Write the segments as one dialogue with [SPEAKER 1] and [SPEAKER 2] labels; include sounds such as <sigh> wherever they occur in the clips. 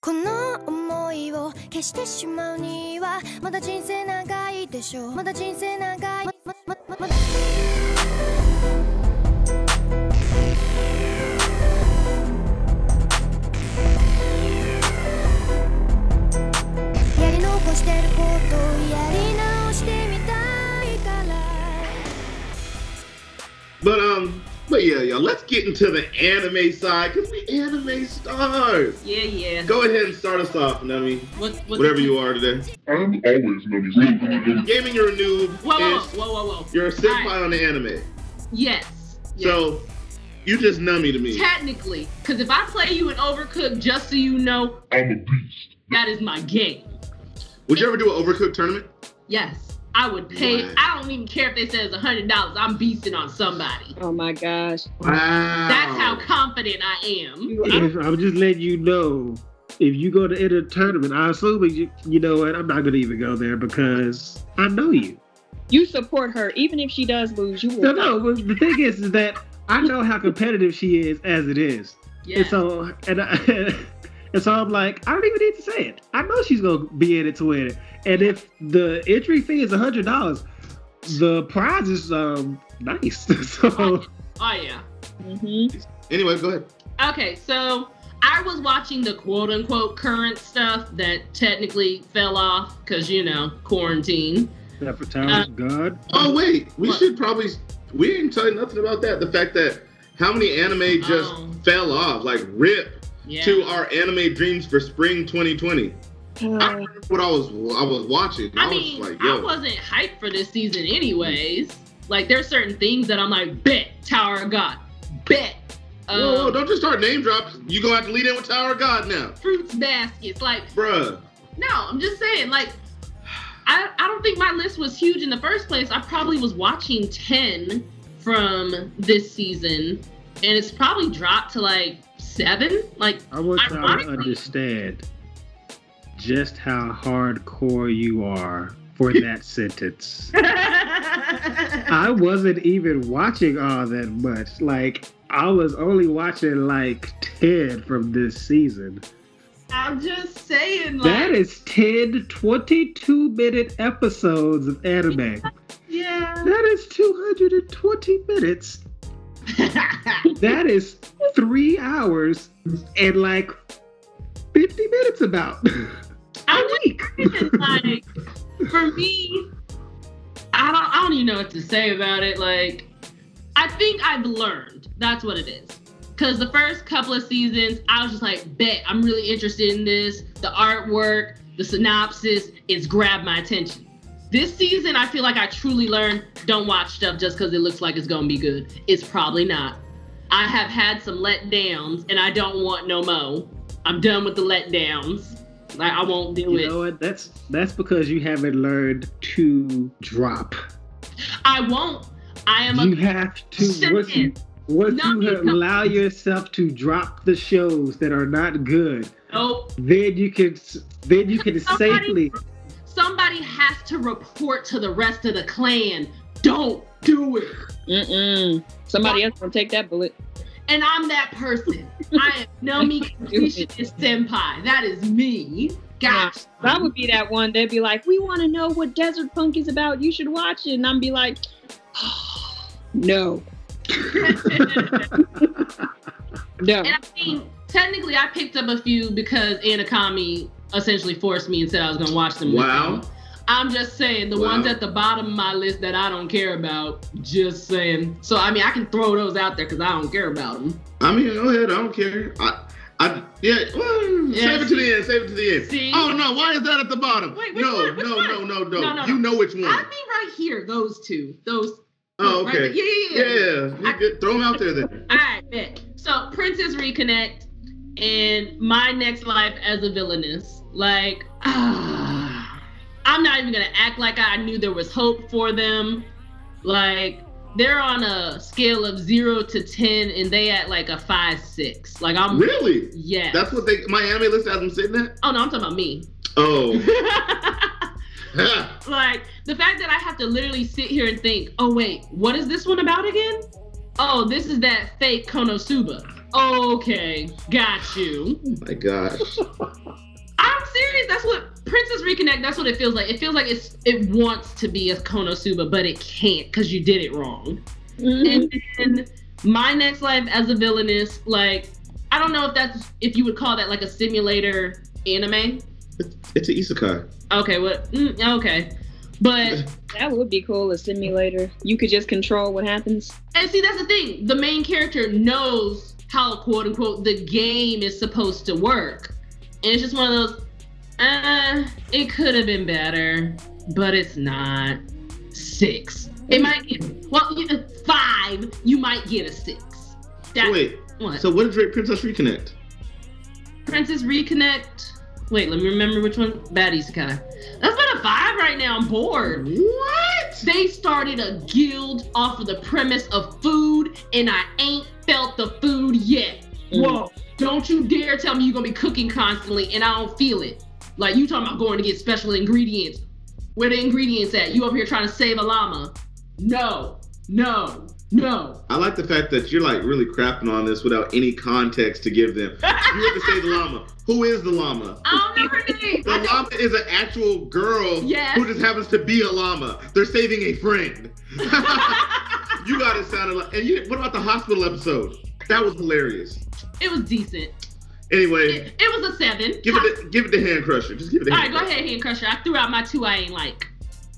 [SPEAKER 1] この思いを消してしまうにはまだ人生長いでしょうまだ人生長いまままままだやり残してることをやり直してみたいから
[SPEAKER 2] But um, but yeah, y'all. Let's get into the anime side because we anime stars.
[SPEAKER 3] Yeah, yeah.
[SPEAKER 2] Go ahead and start us off, Nami.
[SPEAKER 3] What, what
[SPEAKER 2] Whatever you are today.
[SPEAKER 4] I'm always gonna be rude.
[SPEAKER 2] Gaming you're a noob.
[SPEAKER 3] Whoa, whoa,
[SPEAKER 2] is-
[SPEAKER 3] whoa, whoa, whoa.
[SPEAKER 2] You're a senpai
[SPEAKER 3] Alright.
[SPEAKER 2] on the anime.
[SPEAKER 3] Yes. yes.
[SPEAKER 2] So you just nummy to me.
[SPEAKER 3] technically, because if I play you in Overcooked, just so you know,
[SPEAKER 4] I'm a beast.
[SPEAKER 3] that is my game.
[SPEAKER 2] Would you ever do an overcooked tournament?
[SPEAKER 3] Yes, I would pay.
[SPEAKER 2] Right.
[SPEAKER 3] I don't even care if they say it's a hundred dollars. I'm beasting on somebody.
[SPEAKER 5] Oh my gosh.
[SPEAKER 2] Wow.
[SPEAKER 3] That's how
[SPEAKER 2] Oh.
[SPEAKER 3] confident I am.
[SPEAKER 5] You, I,
[SPEAKER 6] If I'm just letting you know, if you go to enter a tournament, I assume you, you know what, I'm not gonna even go there because I know you.
[SPEAKER 5] you support her, even if she does lose. You will.
[SPEAKER 6] No, no, but the thing is, is that I know how competitive she is as it is,
[SPEAKER 3] Yeah.
[SPEAKER 6] and so and I, <laughs> and so I'm like, I don't even need to say it. I know she's gonna be in it to win it, and if the entry fee is a hundred dollars, the prize is um nice. <laughs> so
[SPEAKER 3] oh yeah.
[SPEAKER 5] Mhm.
[SPEAKER 2] Anyway, go ahead.
[SPEAKER 3] Okay, so I was watching the quote unquote current stuff that technically fell off because, you know, quarantine.
[SPEAKER 6] that for time, God.
[SPEAKER 2] Oh wait, we
[SPEAKER 3] What?
[SPEAKER 2] should probably we didn't tell you nothing about that. The fact that how many anime just
[SPEAKER 3] Oh.
[SPEAKER 2] fell off, like rip
[SPEAKER 3] Yeah.
[SPEAKER 2] to our anime dreams for spring 2020. I
[SPEAKER 5] Uh,
[SPEAKER 2] remember what I was I was watching. I,
[SPEAKER 3] I
[SPEAKER 2] was
[SPEAKER 3] mean,
[SPEAKER 2] like,
[SPEAKER 3] I
[SPEAKER 2] yo,
[SPEAKER 3] wasn't hyped for this season, anyways. Like, there's certain things that I'm like, bet, Tower of God, bet.
[SPEAKER 2] whoa, whoa,
[SPEAKER 3] Uh,
[SPEAKER 2] don't just start name drops. You gonna have to lead in with Tower of God now,
[SPEAKER 3] fruits baskets. Like,
[SPEAKER 2] bruh.
[SPEAKER 3] no, I'm just saying, like, I, I don't think my list was huge in the first place. I probably was watching 10 from this season, and it's probably dropped to like seven. Like,
[SPEAKER 6] I want y'all to
[SPEAKER 3] Ironically-
[SPEAKER 6] understand just how hardcore you are for that sentence. I wasn't even watching all that much. Like, I was only watching like 10 from this season.
[SPEAKER 3] I'm just saying, like,
[SPEAKER 6] That is 10 22 minute episodes of anime.
[SPEAKER 2] <laughs>
[SPEAKER 3] yeah. <laughs>
[SPEAKER 6] That is 220 minutes. That is three hours and like 50 minutes about <laughs> a
[SPEAKER 3] I'm
[SPEAKER 6] week.
[SPEAKER 3] just like, for me, I don't, I don't even know what to say about it. Like, I think I've learned. That's what it is. Because the first couple of seasons, I was just like, bet, I'm really interested in this. The artwork, the synopsis, it's grabbed my attention. This season, I feel like I truly learned don't watch stuff just because it looks like it's going to be good. It's probably not. I have had some letdowns and I don't want no mo. I'm done with the letdowns. Like, I won't do
[SPEAKER 6] You
[SPEAKER 3] it.
[SPEAKER 6] know what? That's that's because you haven't learned to drop.
[SPEAKER 3] I won't. I am
[SPEAKER 6] You
[SPEAKER 3] a.
[SPEAKER 6] have to once you, once
[SPEAKER 3] No,
[SPEAKER 6] you
[SPEAKER 3] no, no.
[SPEAKER 6] allow yourself to drop the shows that are not good,
[SPEAKER 3] Oh,
[SPEAKER 6] then you can s- then you can
[SPEAKER 3] Somebody-
[SPEAKER 6] safely.
[SPEAKER 3] somebody has to report to the rest of the clan. Don't do it.
[SPEAKER 5] mm-mm. Somebody else gonna take that bullet.
[SPEAKER 3] And I'm that person. I am Nomi Completionist Senpai. That is me. Gosh.
[SPEAKER 5] I
[SPEAKER 6] Mm-hmm.
[SPEAKER 5] would be that one. They'd be like, "We want to know what Desert Punk is about. You should watch it." And I'm be like, <sighs> "No, no."
[SPEAKER 3] <laughs>
[SPEAKER 5] <laughs>
[SPEAKER 3] And I mean, technically, I picked up a few because Anakami essentially forced me and said I was going to watch them. with
[SPEAKER 2] Wow.
[SPEAKER 3] them. I'm just saying, the
[SPEAKER 2] Wow.
[SPEAKER 3] ones at the bottom of my list that I don't care about, just saying. So, I mean, I can throw those out there because I don't care about them.
[SPEAKER 2] I mean, go ahead. I don't care. I, I, yeah. well,
[SPEAKER 3] Yeah,
[SPEAKER 2] save it to
[SPEAKER 3] see?
[SPEAKER 2] the end. Save it to the end.
[SPEAKER 3] See?
[SPEAKER 2] Oh no! Why is that at the bottom?
[SPEAKER 3] Wait, which
[SPEAKER 2] no,
[SPEAKER 3] one? Which
[SPEAKER 2] no,
[SPEAKER 3] one?
[SPEAKER 2] no, no, no,
[SPEAKER 3] No, no,
[SPEAKER 2] You
[SPEAKER 3] no.
[SPEAKER 2] know which one?
[SPEAKER 3] I'd be right here. Those two. Those.
[SPEAKER 2] oh,
[SPEAKER 3] right there.
[SPEAKER 2] okay.
[SPEAKER 3] yeah,
[SPEAKER 2] yeah,
[SPEAKER 3] yeah, yeah.
[SPEAKER 2] you good. Throw them out there then.
[SPEAKER 3] All right, bet. So Princess Reconnect and my next life as a villainess. Like, ah, I'm not even gonna act like I knew there was hope for them. Like, they're on a scale of zero to ten, and they at like a five six. Like I'm,
[SPEAKER 2] Really?
[SPEAKER 3] Um, yeah.
[SPEAKER 2] That's what they. My anime list has them sitting at.
[SPEAKER 3] Oh no, I'm talking about me. <laughs>
[SPEAKER 2] Oh. Ha.
[SPEAKER 3] like the fact that I have to literally sit here and think, oh wait, what is this one about again? Oh, this is that fake Konosuba. Okay, got you.
[SPEAKER 2] My gosh.
[SPEAKER 3] I'm serious. That's what Princess Reconnect. That's what it feels like. It feels like it's it wants to be a Konosuba, but it can't because you did it wrong.
[SPEAKER 5] Mhm.
[SPEAKER 3] And then my next life as a villainess, like I don't know if that's if you would call that like a simulator anime.
[SPEAKER 2] It's an isekai.
[SPEAKER 3] Okay, what? mm, okay, but
[SPEAKER 5] That would be cool, a simulator. You could just control what happens.
[SPEAKER 3] and see that's the thing. The main character knows how quote unquote the game is supposed to work, and it's just one of those. Uh, it could have been better, but it's not. Six. It might get well you- uh, five. You might get a six. That's
[SPEAKER 2] Wait,
[SPEAKER 3] one.
[SPEAKER 2] so what did Drake Princess Reconnect?
[SPEAKER 3] Princess Reconnect. Wait, let me remember which one. Bad Isekai. That's been a five right now. I'm bored. What? They started a guild off of the premise of food, and I ain't felt the food yet. Whoa. Don't you dare tell me you're going to be cooking constantly, and I don't feel it. Like, you talking about going to get special ingredients. Where the ingredients at? You over here trying to save a llama. No, no, no.
[SPEAKER 2] I like the fact that you're like really crapping on this without any context to give them. You have to say the llama. Who is the llama?
[SPEAKER 3] I don't know her name.
[SPEAKER 2] The
[SPEAKER 3] I know-
[SPEAKER 2] llama is an actual girl
[SPEAKER 3] Yes.
[SPEAKER 2] who just happens to be a llama. They're saving a friend. <laughs> you got it sounded like. And you, what about the hospital episode? That was hilarious.
[SPEAKER 3] <laughs> it was decent.
[SPEAKER 2] Anyway,
[SPEAKER 3] It, it was a seven.
[SPEAKER 2] give it the, give it the hand crusher. Just give it the
[SPEAKER 3] All right,
[SPEAKER 2] hand.
[SPEAKER 3] go
[SPEAKER 2] crusher.
[SPEAKER 3] ahead, hand crusher. I threw out my two I ain't like.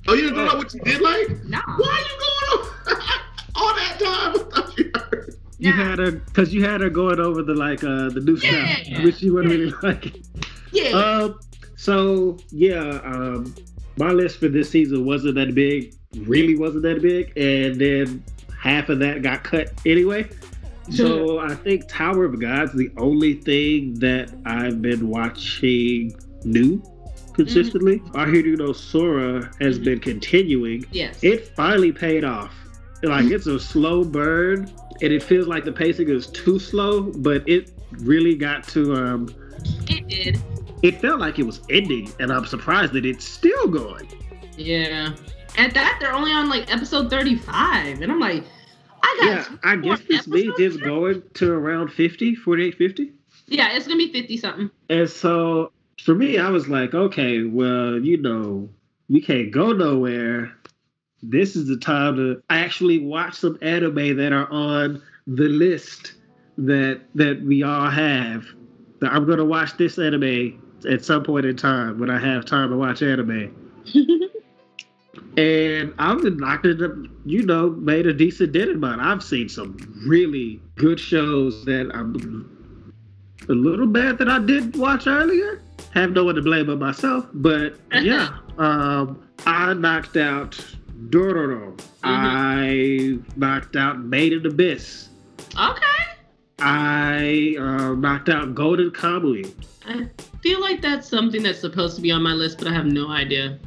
[SPEAKER 2] Oh, you didn't know what you did like?
[SPEAKER 3] Nah.
[SPEAKER 2] Why are you going on <laughs> all that time? without your-
[SPEAKER 6] You
[SPEAKER 3] Nah.
[SPEAKER 6] had her because you had her going over the like uh the new
[SPEAKER 3] Yeah.
[SPEAKER 6] stuff, which you wouldn't really like.
[SPEAKER 3] Yeah.
[SPEAKER 2] Uh,
[SPEAKER 6] Um, so yeah, um, my list for this season wasn't that big. Really wasn't that big, and then half of that got cut anyway. So I think Tower of God's the only thing that I've been watching new consistently. Ahiru no Sora has
[SPEAKER 3] Mhm.
[SPEAKER 6] been continuing.
[SPEAKER 3] yes.
[SPEAKER 6] It finally paid off. Like it's a slow burn, and it feels like the pacing is too slow, but it really got to um,
[SPEAKER 3] it did.
[SPEAKER 6] it felt like it was ending, and I'm surprised that it's still going.
[SPEAKER 3] Yeah. At that, they're only on like episode 35. And I'm like, I got.
[SPEAKER 6] Yeah, I guess this means it's going to around 50, 48, 50.
[SPEAKER 3] Yeah, it's going to be 50 something.
[SPEAKER 6] And so for me, I was like, okay, well, you know, we can't go nowhere. This is the time to actually watch some anime that are on the list that that we all have. That I'm gonna watch this anime at some point in time when I have time to watch anime. and I've been knocked it up, you know, made a decent dinner but I've seen some really good shows that I'm a little bad that I did watch earlier. Have no one to blame but myself. But yeah, um, I knocked out Dororo. I knocked out Maiden Abyss.
[SPEAKER 3] Okay.
[SPEAKER 6] I uh, knocked out Golden Kamuy.
[SPEAKER 3] I feel like that's something that's supposed to be on my list, but I have no idea.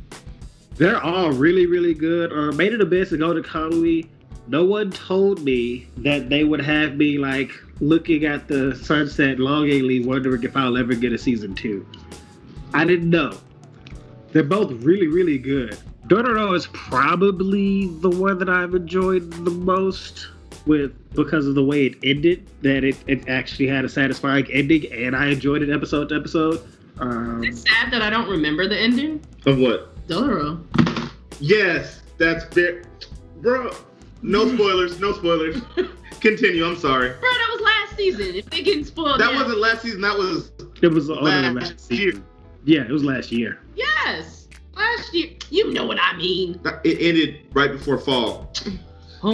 [SPEAKER 6] They're all really, really good. Uh, Maiden Abyss and Golden Kamuy. No one told me that they would have me like looking at the sunset longingly, wondering if I'll ever get a season two. I didn't know. They're both really, really good. Dororo is probably the one that I've enjoyed the most with because of the way it ended, that it, it actually had a satisfying ending and I enjoyed it episode to episode. Um,
[SPEAKER 3] It's sad that I don't remember the ending.
[SPEAKER 2] Of what?
[SPEAKER 3] Dororo.
[SPEAKER 2] Yes, that's fair. Bro,
[SPEAKER 5] <laughs>
[SPEAKER 2] no spoilers, no spoilers. Continue, I'm sorry.
[SPEAKER 3] Bro, that was last season. If they getting
[SPEAKER 5] Oh,
[SPEAKER 3] spoiled.
[SPEAKER 2] That
[SPEAKER 3] now-
[SPEAKER 2] wasn't last season, that was
[SPEAKER 6] it was all in the
[SPEAKER 2] last
[SPEAKER 6] last
[SPEAKER 2] year.
[SPEAKER 6] season. Yeah, it was last year.
[SPEAKER 3] Yes. Last year. You know what
[SPEAKER 2] <laughs>
[SPEAKER 3] I mean.
[SPEAKER 2] That- It ended right before fall.
[SPEAKER 3] Oh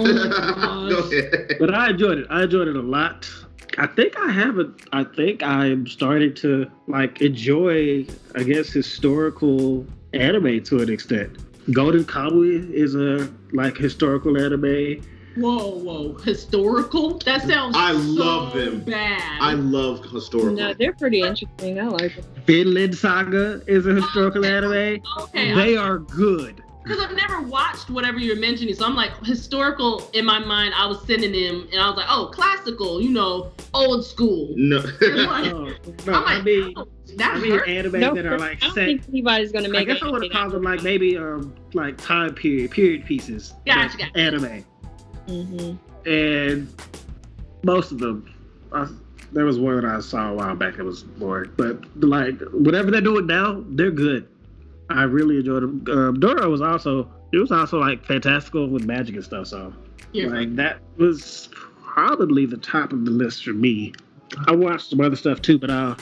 [SPEAKER 2] <laughs>
[SPEAKER 3] my
[SPEAKER 2] Go
[SPEAKER 3] gosh.
[SPEAKER 2] ahead.
[SPEAKER 6] but I enjoyed it. I enjoyed it a lot. I think I have a. I think I'm starting to like enjoy, I guess, historical anime to an extent. Golden Kamuy is a like historical anime.
[SPEAKER 3] Whoa, whoa, historical? That sounds
[SPEAKER 2] I
[SPEAKER 3] so
[SPEAKER 2] love them.
[SPEAKER 3] Bad.
[SPEAKER 2] I love historical.
[SPEAKER 5] No, they're pretty interesting. I like them.
[SPEAKER 6] Finland Saga is a historical anime.
[SPEAKER 3] Oh, okay,
[SPEAKER 6] They are good.
[SPEAKER 3] because I've never watched whatever you're mentioning, so I'm like historical in my mind. I was synonym, and I was like, oh, classical, you know, old
[SPEAKER 2] <laughs>
[SPEAKER 3] school.
[SPEAKER 2] no.
[SPEAKER 3] You're like-
[SPEAKER 6] Oh,
[SPEAKER 3] <laughs>
[SPEAKER 6] no,
[SPEAKER 3] I'm
[SPEAKER 6] I
[SPEAKER 3] like,
[SPEAKER 6] mean,
[SPEAKER 3] oh, that
[SPEAKER 6] I mean
[SPEAKER 3] hurt.
[SPEAKER 6] anime
[SPEAKER 5] No,
[SPEAKER 6] that are like
[SPEAKER 5] I don't
[SPEAKER 6] set.
[SPEAKER 5] think anybody's gonna make
[SPEAKER 6] I guess I would have
[SPEAKER 5] anything out
[SPEAKER 6] called them
[SPEAKER 5] of
[SPEAKER 6] like maybe um like time period period pieces.
[SPEAKER 3] Gotcha, gotcha.
[SPEAKER 6] like
[SPEAKER 5] Mm-hmm.
[SPEAKER 6] Anime.
[SPEAKER 5] it. Mhm.
[SPEAKER 6] and most of them, I, There was one that I saw a while back that was bored, but like whatever they're doing now, they're good. I really enjoyed them. Um, Dora was also it was also like fantastical with magic and stuff. So
[SPEAKER 3] Yeah.
[SPEAKER 6] like that was probably the top of the list for me. I watched some other stuff too, but I'll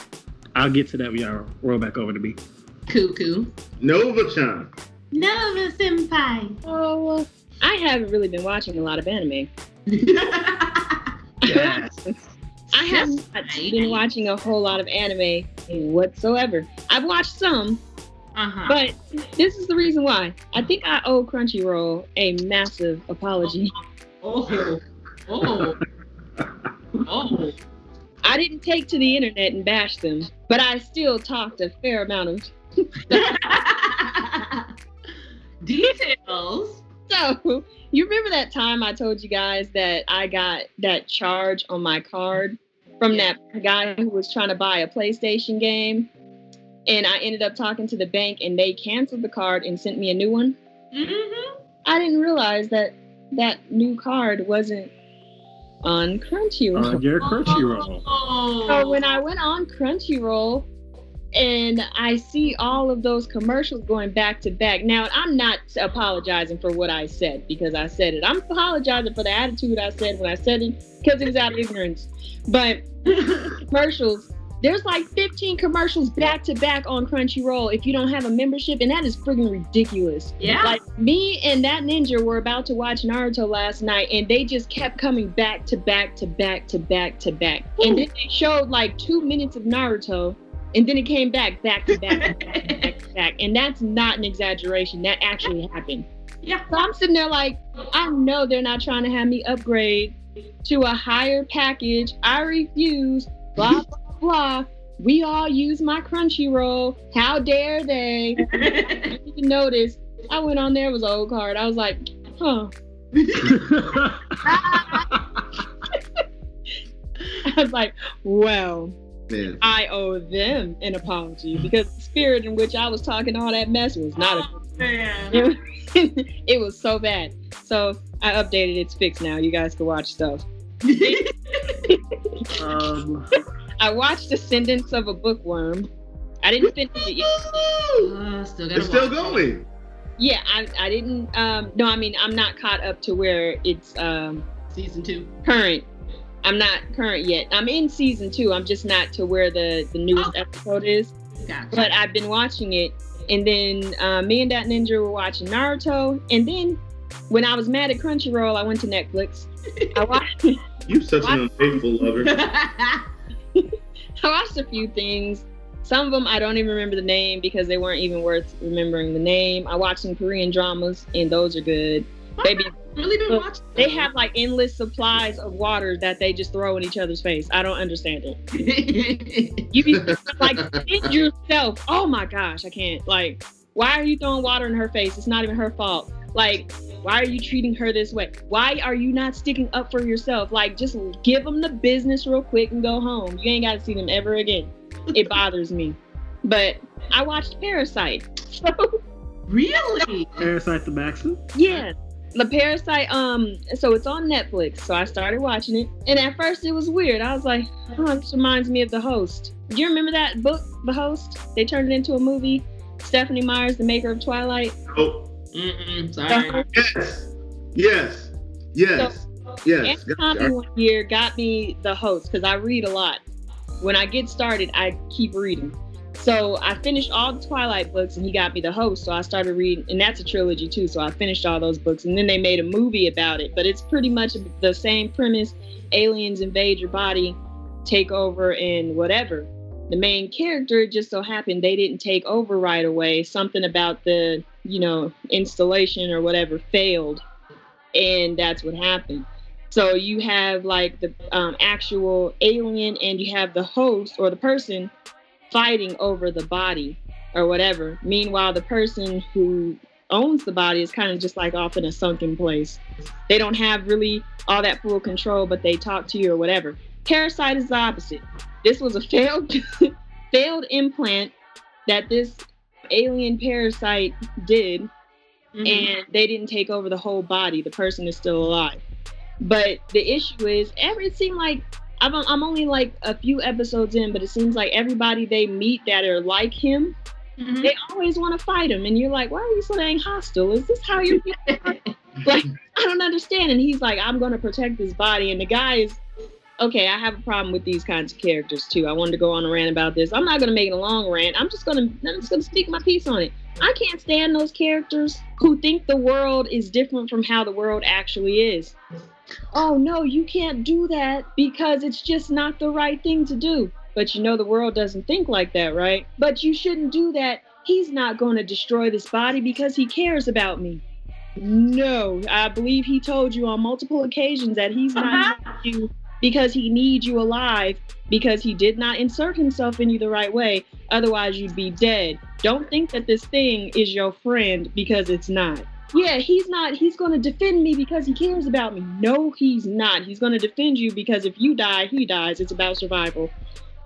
[SPEAKER 6] I'll get to that when y'all roll back over to me. <laughs>
[SPEAKER 3] Cuckoo.
[SPEAKER 2] Nova-chan.
[SPEAKER 3] Nova Senpai.
[SPEAKER 5] Oh, I haven't really been watching a lot of anime. <laughs> I have not been watching a whole lot of anime whatsoever. I've watched some,
[SPEAKER 3] Uh-huh.
[SPEAKER 5] but this is the reason why. I think I owe Crunchyroll a massive <laughs> apology.
[SPEAKER 3] oh.
[SPEAKER 5] <laughs>
[SPEAKER 3] Oh. Oh.
[SPEAKER 5] I didn't take to the internet and bash them, but I still talked a fair amount of <laughs>
[SPEAKER 3] Details.
[SPEAKER 5] So you remember that time I told you guys that I got that charge on my card from that guy who was trying to buy a PlayStation game, and I ended up talking to the bank and they canceled the card and sent me a new one.
[SPEAKER 3] Mm-hmm.
[SPEAKER 5] I didn't realize that that new card wasn't on Crunchyroll.
[SPEAKER 6] On your Uh, Crunchyroll.
[SPEAKER 3] <laughs>
[SPEAKER 6] <laughs>
[SPEAKER 3] Oh.
[SPEAKER 5] So when I went on Crunchyroll and I see all of those commercials going back to back. Now, I'm not apologizing for what I said because I said it. I'm apologizing for the attitude I said when I said it because it was out of ignorance. But commercials, there's like 15 commercials back to back on Crunchyroll if you don't have a membership, and that is friggin' ridiculous.
[SPEAKER 3] yeah.
[SPEAKER 5] <laughs> Like me and that ninja were about to watch Naruto last night, and they just kept coming back to back to back to back to back. And then they showed like two minutes of Naruto, and then it came back back
[SPEAKER 3] <laughs>
[SPEAKER 5] to back to back, to back to back. And that's not an exaggeration. That actually happened.
[SPEAKER 3] yeah.
[SPEAKER 5] So I'm sitting there like, I know they're not trying to have me upgrade to a higher package. I refuse. Blah blah blah. We all use my Crunchyroll. How dare they?
[SPEAKER 3] yeah.
[SPEAKER 5] didn't even notice. I went on there, it was an old card. I was like, huh. <laughs> I was like, well,
[SPEAKER 2] Man.
[SPEAKER 5] I owe them an apology because the spirit in which I was talking all that mess was not
[SPEAKER 3] Oh,
[SPEAKER 5] a <laughs>
[SPEAKER 2] <laughs>
[SPEAKER 5] it was so bad. So I updated it's fixed now. You guys can watch stuff.
[SPEAKER 6] um,
[SPEAKER 5] I watched Ascendance of a Bookworm. I didn't finish it yet.
[SPEAKER 3] Uh, still gotta
[SPEAKER 2] It's still
[SPEAKER 3] watch.
[SPEAKER 2] going.
[SPEAKER 5] Yeah, I, I didn't um no, I mean I'm not caught up to where it's um
[SPEAKER 3] Season two.
[SPEAKER 5] current. I'm not current yet. I'm in season two. I'm just not to where the the newest
[SPEAKER 3] Oh.
[SPEAKER 5] episode is.
[SPEAKER 3] Gotcha.
[SPEAKER 5] But I've been watching it, and then uh, me and that ninja were watching Naruto, and then when I was mad at Crunchyroll, I went to Netflix. I watched
[SPEAKER 2] You such
[SPEAKER 5] What?
[SPEAKER 2] an unfaithful lover.
[SPEAKER 5] <laughs>
[SPEAKER 3] <laughs>
[SPEAKER 5] I watched a few things. Some of them I don't even remember the name because they weren't even worth remembering the name. I watched some Korean dramas, and those are good. Baby,
[SPEAKER 3] really been
[SPEAKER 5] Look,
[SPEAKER 3] watching.
[SPEAKER 5] they have like endless supplies of water that they just throw in each other's face. I don't understand it. You be like it yourself. Oh my gosh, I can't. Like, why are you throwing water in her face? It's not even her fault. Like, why are you treating her this way? Why are you not sticking up for yourself? Like, just give them the business real quick and go home. You ain't got to see them ever again. It bothers me. But I watched Parasite. So,
[SPEAKER 3] <laughs> really?
[SPEAKER 6] Parasite the Maxim.
[SPEAKER 5] yeah. The Parasite, um, so it's on Netflix. So I started watching it. And at first it was weird. I was like, oh, this reminds me of The Host. Do you remember that book, The Host? They turned it into a movie. Stephanie Myers, the maker of Twilight.
[SPEAKER 2] Oh,
[SPEAKER 3] Mm-mm, sorry.
[SPEAKER 2] yes. Yes. Yes. Yes.
[SPEAKER 5] And um, Tommy one year got me The Host because I read a lot. When I get started, I keep reading. So I finished all the Twilight books and he got me The Host. So I started reading, and that's a trilogy too. So I finished all those books and then they made a movie about it. But it's pretty much the same premise aliens invade your body, take over, and whatever. The main character it just so happened they didn't take over right away. Something about the, you know, installation or whatever failed. And that's what happened. So you have like the um, actual alien, and you have the host or the person fighting over the body or whatever. Meanwhile, the person who owns the body is kind of just like off in a sunken place. They don't have really all that full control, but they talk to you or whatever. Parasite is the opposite. This was a failed <laughs> failed implant that this alien parasite did
[SPEAKER 3] Mhm.
[SPEAKER 5] and they didn't take over the whole body. The person is still alive. But the issue is, every it seemed like I'm, I'm only like a few episodes in, but it seems like everybody they meet that are like him,
[SPEAKER 3] Mhm.
[SPEAKER 5] they always want to fight him. And you're like, why are you so dang hostile? Is this how you're <laughs> like I don't understand. And he's like, I'm gonna protect this body. And the guy is okay, I have a problem with these kinds of characters too. I wanted to go on a rant about this. I'm not gonna make it a long rant. I'm just gonna I'm just gonna speak my piece on it. I can't stand those characters who think the world is different from how the world actually is. Oh no, you can't do that because it's just not the right thing to do. But you know the world doesn't think like that, right? But you shouldn't do that. He's not going to destroy this body because he cares about me. No, I believe he told you on multiple occasions that he's not using you because he needs you alive because he did not insert himself in you the right way. Otherwise, you'd be dead. Don't think that this thing is your friend because it's not. Yeah, he's not. He's going to defend me because he cares about me. No, he's not. He's going to defend you because if you die, he dies. It's about survival.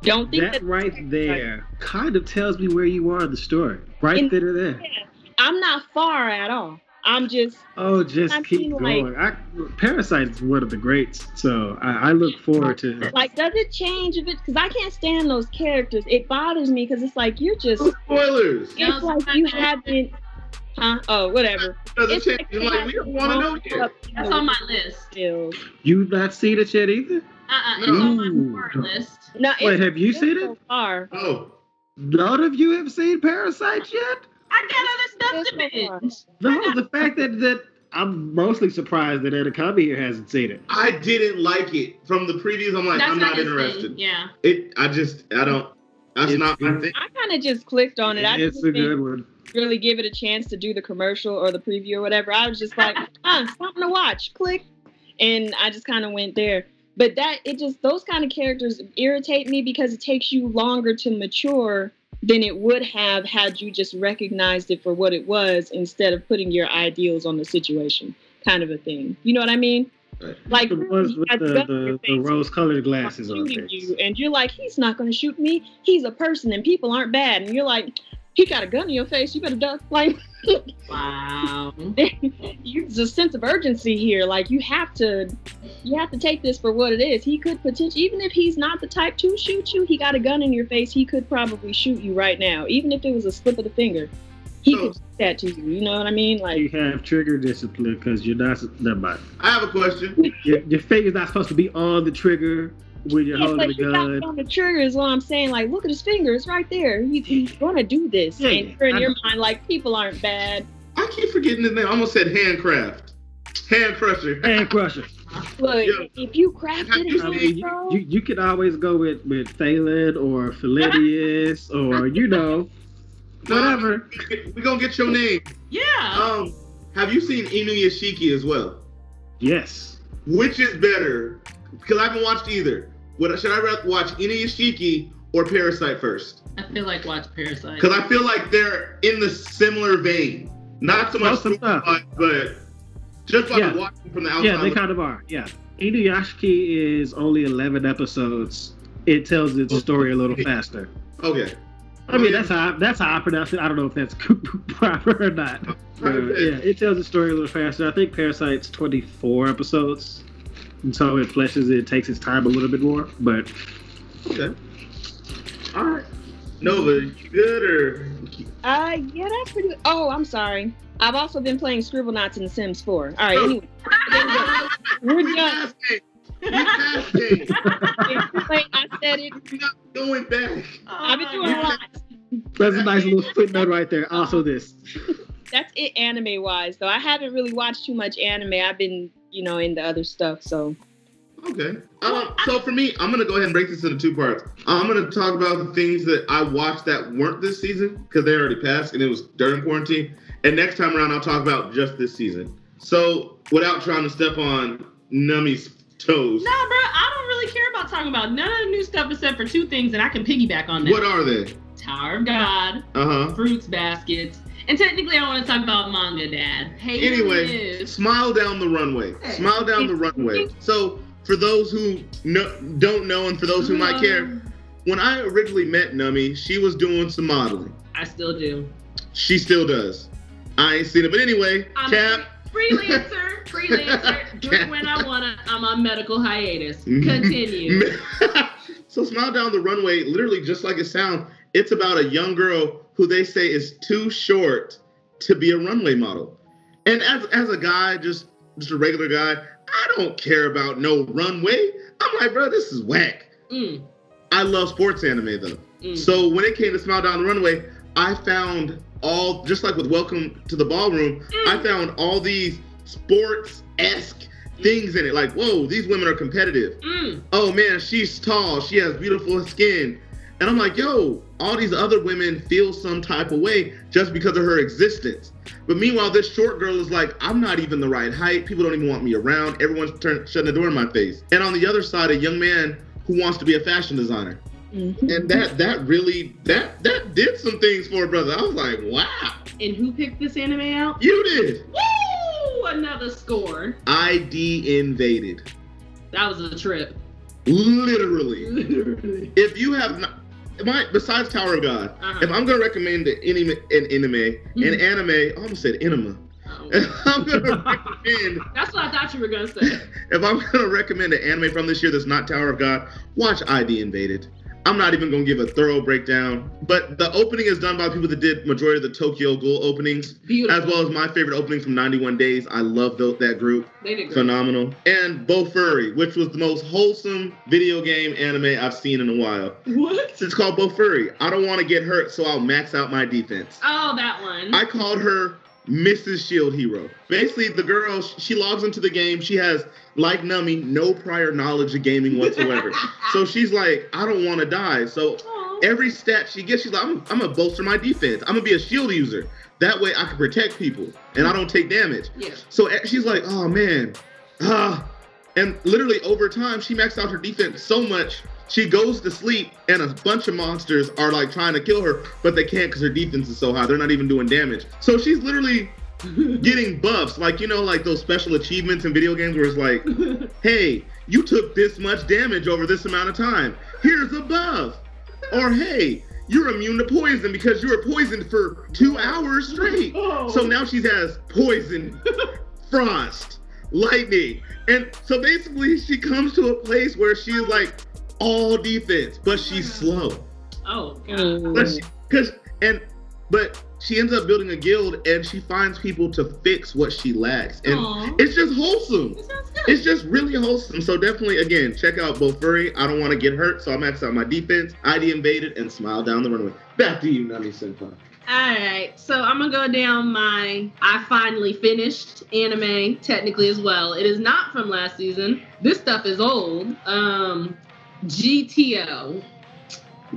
[SPEAKER 5] Don't think
[SPEAKER 6] That,
[SPEAKER 5] that
[SPEAKER 6] right there kind of tells me where you are in the story. Right
[SPEAKER 5] In-
[SPEAKER 6] there, there.
[SPEAKER 5] I'm not far at all. I'm just
[SPEAKER 6] Oh, just
[SPEAKER 5] I
[SPEAKER 6] keep
[SPEAKER 5] mean, like-
[SPEAKER 6] going. I, Parasite's one of the greats, so I, I look forward to.
[SPEAKER 5] like, does it change if it? Because I can't stand those characters. It bothers me because it's like you're just.
[SPEAKER 2] No spoilers.
[SPEAKER 3] Yeah.
[SPEAKER 5] It's like you haven't. Huh? Oh, whatever.
[SPEAKER 2] Doesn't
[SPEAKER 5] It's
[SPEAKER 2] change.
[SPEAKER 5] like-
[SPEAKER 2] You're like, we don't want to know yet.
[SPEAKER 3] That's on my list.
[SPEAKER 5] Skills.
[SPEAKER 6] You not seen it yet either?
[SPEAKER 3] Uh-uh, it's on
[SPEAKER 6] Ooh.
[SPEAKER 3] my horror list.
[SPEAKER 5] No,
[SPEAKER 6] Wait,
[SPEAKER 5] it's
[SPEAKER 6] have you seen
[SPEAKER 5] so
[SPEAKER 6] it?
[SPEAKER 5] far.
[SPEAKER 2] Oh,
[SPEAKER 6] None of you have seen Parasite yet?
[SPEAKER 3] I got other stuff to
[SPEAKER 5] It's
[SPEAKER 3] binge.
[SPEAKER 6] No, the fact that that I'm mostly surprised that Anna Kami here hasn't seen it.
[SPEAKER 2] I didn't like it from the previews. I'm like,
[SPEAKER 3] That's
[SPEAKER 2] I'm not,
[SPEAKER 3] his
[SPEAKER 2] interested.
[SPEAKER 3] Thing. Yeah.
[SPEAKER 2] It. I just. I don't. That's
[SPEAKER 6] It's-
[SPEAKER 2] not my thing.
[SPEAKER 5] I kind of just clicked on it. I
[SPEAKER 6] it's
[SPEAKER 5] didn't
[SPEAKER 6] a
[SPEAKER 5] think-
[SPEAKER 6] good one.
[SPEAKER 5] really give it a chance to do the commercial or the preview or whatever. I was just like, huh, something to watch. Click. And I just kind of went there. But that it just those kind of characters irritate me because it takes you longer to mature than it would have had you just recognized it for what it was instead of putting your ideals on the situation, kind of a thing. You know what I mean?
[SPEAKER 2] Right.
[SPEAKER 5] Like
[SPEAKER 6] The ones with
[SPEAKER 5] I've
[SPEAKER 6] the,
[SPEAKER 5] got your
[SPEAKER 6] the, the
[SPEAKER 5] face.
[SPEAKER 6] rose-colored glasses on.
[SPEAKER 5] shooting
[SPEAKER 6] things.
[SPEAKER 5] you, and you're like, he's not going to shoot me. He's a person, and people aren't bad. And you're like, he got a gun in your face. You better duck. <laughs> Like,
[SPEAKER 3] Wow.
[SPEAKER 5] there's a sense of urgency here. Like you have to, you have to take this for what it is. He could potentially, even if he's not the type to shoot you, he got a gun in your face. He could probably shoot you right now, even if it was a slip of the finger. He
[SPEAKER 2] So-
[SPEAKER 5] could do that to you. You know what I mean?
[SPEAKER 6] You
[SPEAKER 5] Like
[SPEAKER 6] have trigger discipline because you're not. Never mind.
[SPEAKER 2] I have a question.
[SPEAKER 6] Your, your finger's not supposed to be on the trigger when you're
[SPEAKER 5] yeah, but
[SPEAKER 6] holding the
[SPEAKER 5] he got
[SPEAKER 6] gun.
[SPEAKER 5] it on the trigger is what I'm saying. Like look at his finger. It's right there. He, he's gonna do this,
[SPEAKER 6] Yeah,
[SPEAKER 5] and you're in
[SPEAKER 6] I
[SPEAKER 5] your
[SPEAKER 6] know.
[SPEAKER 5] mind like people aren't bad.
[SPEAKER 2] I keep forgetting his name. I almost said handcraft. Hand crusher.
[SPEAKER 6] Hand
[SPEAKER 5] <laughs>
[SPEAKER 6] crusher.
[SPEAKER 5] Look,
[SPEAKER 2] Yeah.
[SPEAKER 5] if you crafted it,
[SPEAKER 6] I mean, you,
[SPEAKER 5] bro,
[SPEAKER 6] you, you can always go with with Thalen
[SPEAKER 5] <laughs>
[SPEAKER 6] or Philidius or you know <laughs> whatever.
[SPEAKER 2] We're gonna get your name.
[SPEAKER 3] Yeah.
[SPEAKER 2] Um, have you seen Inu Yashiki as well?
[SPEAKER 6] Yes.
[SPEAKER 2] Which is better? Because I haven't watched either. What should I rather watch Inu Yashiki or Parasite first?
[SPEAKER 3] I feel like watch
[SPEAKER 2] <laughs>
[SPEAKER 3] Parasite.
[SPEAKER 2] Because I feel like they're in the similar vein. Not so much,
[SPEAKER 6] Close enough.
[SPEAKER 2] story-wise, but just by
[SPEAKER 6] Yeah.
[SPEAKER 2] watching from the outside.
[SPEAKER 6] Yeah, they
[SPEAKER 2] looking-
[SPEAKER 6] kind of are. Yeah. Inuyashiki is only 11 episodes. It tells its story a little faster.
[SPEAKER 2] okay.
[SPEAKER 6] I mean, that's how I, that's how I pronounce it. I don't know if that's <laughs> proper or not. But, yeah, it tells the story a little faster. I think Parasite's 24 episodes, and so it fleshes it, takes its time a little bit more. But
[SPEAKER 2] Okay. All right. Nova, you good or?
[SPEAKER 5] Uh, yeah, that's pretty. Oh, I'm sorry. I've also been playing Scribble Knots in The Sims 4. All right, anyway, we're
[SPEAKER 2] We
[SPEAKER 5] done.
[SPEAKER 2] passed it. We passed
[SPEAKER 5] <laughs>
[SPEAKER 2] it.
[SPEAKER 5] Wait, I said it.
[SPEAKER 2] We're not going back.
[SPEAKER 5] I've been doing a lot.
[SPEAKER 6] that's a nice little footnote right there. Also, this.
[SPEAKER 5] That's it, anime wise. Though I haven't really watched too much anime. I've been, you know, into other stuff. So
[SPEAKER 2] Okay. Um, so for me, I'm gonna go ahead and break this into two parts. Uh, I'm gonna talk about the things that I watched that weren't this season because they already passed and it was during quarantine. And next time around, I'll talk about just this season. So without trying to step on Nummy's toes,
[SPEAKER 3] No, bro, I don't really care about talking about none of the new stuff except for two things, and I can piggyback on that.
[SPEAKER 2] what are they?
[SPEAKER 3] Tower of God,
[SPEAKER 2] Uh huh.
[SPEAKER 3] fruits baskets, and technically, I want to talk about manga, Dad. Hey, there it
[SPEAKER 2] Anyway,
[SPEAKER 3] is.
[SPEAKER 2] smile down the runway. Smile down the runway. So for those who no, don't know and for those who might care, when I originally met Nummy, she was doing some modeling.
[SPEAKER 3] I still do.
[SPEAKER 2] She still does. I ain't seen it, but anyway,
[SPEAKER 3] I'm-
[SPEAKER 2] Cap. <laughs>
[SPEAKER 3] Freelancer, freelancer, do it when I wanna. I'm on medical hiatus.
[SPEAKER 2] Mm-hmm.
[SPEAKER 3] Continue.
[SPEAKER 2] <laughs> so Smile Down the Runway, literally just like it sounds, it's about a young girl who they say is too short to be a runway model. And as as a guy, just just a regular guy, I don't care about no runway. I'm like, bro, this is whack.
[SPEAKER 3] Mm,
[SPEAKER 2] I love sports anime though.
[SPEAKER 3] mm.
[SPEAKER 2] So when it came to Smile Down the Runway, I found all just like with Welcome to the Ballroom, I found all these sports esque things in it. Like, whoa, these women are competitive
[SPEAKER 3] Mm,
[SPEAKER 2] oh man, she's tall, she has beautiful skin. And I'm like, yo, all these other women feel some type of way just because of her existence. But meanwhile, this short girl is like, I'm not even the right height. People don't even want me around. Everyone's turn- shutting the door in my face. And on the other side, a young man who wants to be a fashion designer. Mm-hmm. And that that really that that did some things for a brother. I was like, wow,
[SPEAKER 3] and who picked this anime out?
[SPEAKER 2] you did.
[SPEAKER 3] Woo! Another score.
[SPEAKER 2] ID invaded,
[SPEAKER 3] That was a trip.
[SPEAKER 2] literally.
[SPEAKER 3] Literally.
[SPEAKER 2] If you have not, my besides Tower of God, If
[SPEAKER 3] Uh-huh.
[SPEAKER 2] I'm gonna recommend an anime, an anime, an
[SPEAKER 3] Mhm.
[SPEAKER 2] anime, <laughs> I almost said enema.
[SPEAKER 3] Oh.
[SPEAKER 2] If I'm gonna recommend,
[SPEAKER 3] That's what I thought you were
[SPEAKER 2] <laughs>
[SPEAKER 3] gonna say.
[SPEAKER 2] if I'm gonna recommend an anime from this year that's not Tower of God, watch ID Invaded. I'm not even gonna give a thorough breakdown, but the opening is done by people that did majority of the Tokyo Ghoul openings,
[SPEAKER 3] Beautiful.
[SPEAKER 2] as well as my favorite opening from 91 Days. I love those, that group,
[SPEAKER 3] They did great.
[SPEAKER 2] phenomenal. And Bo Furry, which was the most wholesome video game anime I've seen in a while.
[SPEAKER 3] What?
[SPEAKER 2] It's called Bo Furry. I don't want to get hurt, so I'll max out my defense.
[SPEAKER 3] Oh, that one.
[SPEAKER 2] I called her Mrs. Shield Hero. Basically, the girl she logs into the game. She has like Nummy, no prior knowledge of gaming
[SPEAKER 3] <laughs>
[SPEAKER 2] whatsoever. so she's like, I don't want to die. So
[SPEAKER 3] Aw.
[SPEAKER 2] every stat she gets, she's like, I'm, I'm gonna bolster my defense. I'm gonna be a shield user. That way, I can protect people and I don't take damage.
[SPEAKER 3] yeah.
[SPEAKER 2] So e- she's like, oh man, ah. And literally over time, she maxed out her defense so much, she goes to sleep, and a bunch of monsters are like trying to kill her, but they can't because her defense is so high. They're not even doing damage. So she's literally getting buffs, like, you know, like those special achievements in video games where it's like, hey, you took this much damage over this amount of time. Here's a buff. Or hey, you're immune to poison because you were poisoned for two hours straight.
[SPEAKER 3] Oh.
[SPEAKER 2] So now she has poison, frost, lightning. And so basically, she comes to a place where she is like all defense, but she's slow.
[SPEAKER 3] Oh, God.
[SPEAKER 2] But
[SPEAKER 5] Mm.
[SPEAKER 2] she, cause, and, but she ends up building a guild and she finds people to fix what she lacks. And
[SPEAKER 3] Aw.
[SPEAKER 2] it's just wholesome.
[SPEAKER 3] That sounds good.
[SPEAKER 2] It's just really wholesome. So definitely, again, check out Bofuri. I don't want to get hurt, so I maxed out my defense. ID invaded and smile down the runway. Back to you, Nami Senpai.
[SPEAKER 3] All right, so I'm gonna go down my I finally finished anime technically as well. It is not from last season. This stuff is old. Um, GTO,